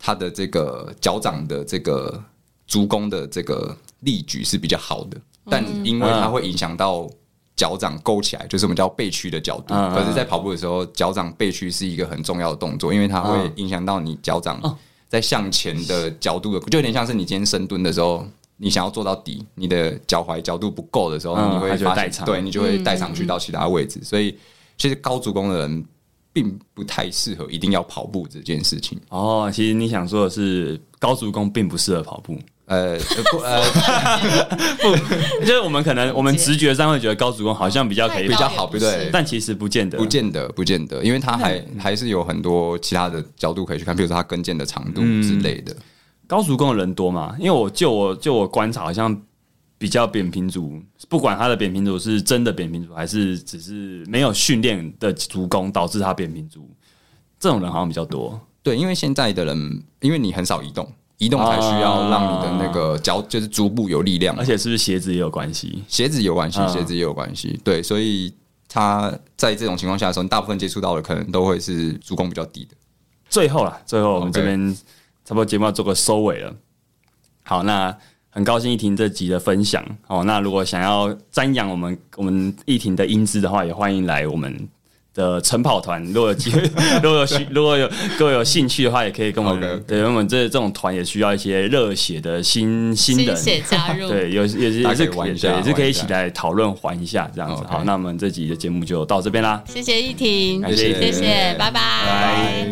Speaker 3: 它的这个脚掌的这个足弓的这个力矩是比较好的，
Speaker 1: 嗯
Speaker 3: 但因为它会影响到。脚掌勾起来，就是我们叫背屈的角度。
Speaker 1: 嗯嗯嗯
Speaker 3: 可是，在跑步的时候，脚掌背屈是一个很重要的动作，因为它
Speaker 1: 嗯
Speaker 3: 会
Speaker 1: 哦
Speaker 3: 影响到你脚掌在向前的角度的，就有点像是你今天深蹲的时候，你想要做到底，你的脚踝角度不够的时候，
Speaker 1: 嗯
Speaker 3: 你会
Speaker 1: 它就会
Speaker 3: 发
Speaker 1: 代
Speaker 3: 现
Speaker 1: 偿
Speaker 3: 对你就会代偿去到其他位置。所以，其实高足弓的人并不太适合一定要跑步这件事情。
Speaker 1: 哦。其实你想说的是，高足弓并不适合跑 步，
Speaker 3: 呃，呃不呃，
Speaker 1: 就是我们可能我们直觉上会觉得高足弓好像比较可以
Speaker 2: 太
Speaker 3: 比
Speaker 1: 跑，
Speaker 2: 高
Speaker 3: 较好，
Speaker 2: 也不
Speaker 3: 不
Speaker 2: 是
Speaker 3: 对。
Speaker 1: 但其实不见 得
Speaker 3: 不。见得，不见得，因为它还
Speaker 1: 嗯
Speaker 3: 还是有很多其他的角度可以去看，比如说它跟腱的长度
Speaker 1: 嗯
Speaker 3: 之类的。
Speaker 1: 高足弓的人多嘛？因为我就我就我观察，好像比较扁平足，不管他的扁平足是真的扁平足，还是只是没有训练的足弓导致他扁平足，这种人好像比较多。
Speaker 3: 对，因为现在的人，因为你很少移动，移动才需
Speaker 1: 啊
Speaker 3: 要让你的那个脚就是足部有力量嘛
Speaker 1: 而，且是不是鞋子也有关系？
Speaker 3: 鞋子有关系
Speaker 2: 嗯
Speaker 1: 啊，
Speaker 3: 鞋子也有关系。对，所以他在这种情况下的时候，你大部分接触到的可能都会是足弓比较低的。
Speaker 1: 最后啦，最后我们
Speaker 3: OK
Speaker 1: 这边差不多节目要做个收尾了。好，那很高兴一婷这集的分享哦。那如果想要瞻仰我们我们一婷的英姿的话，也欢迎来我们。的晨跑团，如果有 机会，如果有需，如果有各位有兴趣的话，也可以跟我们
Speaker 3: OK，OK
Speaker 1: 对，因为我们这这种团也需要一些热血的新新
Speaker 2: 新
Speaker 1: 人，
Speaker 2: 血加 入，
Speaker 1: 对，有也是
Speaker 3: 大
Speaker 1: 也
Speaker 3: 家可以
Speaker 1: 是
Speaker 3: 玩一
Speaker 1: 对
Speaker 3: 下
Speaker 1: 也是可以
Speaker 3: 玩一
Speaker 1: 一起
Speaker 3: 下
Speaker 1: 来讨论玩一下这样子。
Speaker 3: OK
Speaker 1: 好，那我们这集的节目就到这边啦，
Speaker 2: 谢谢依婷，
Speaker 1: 感谢依婷
Speaker 2: 谢谢，拜拜
Speaker 1: 拜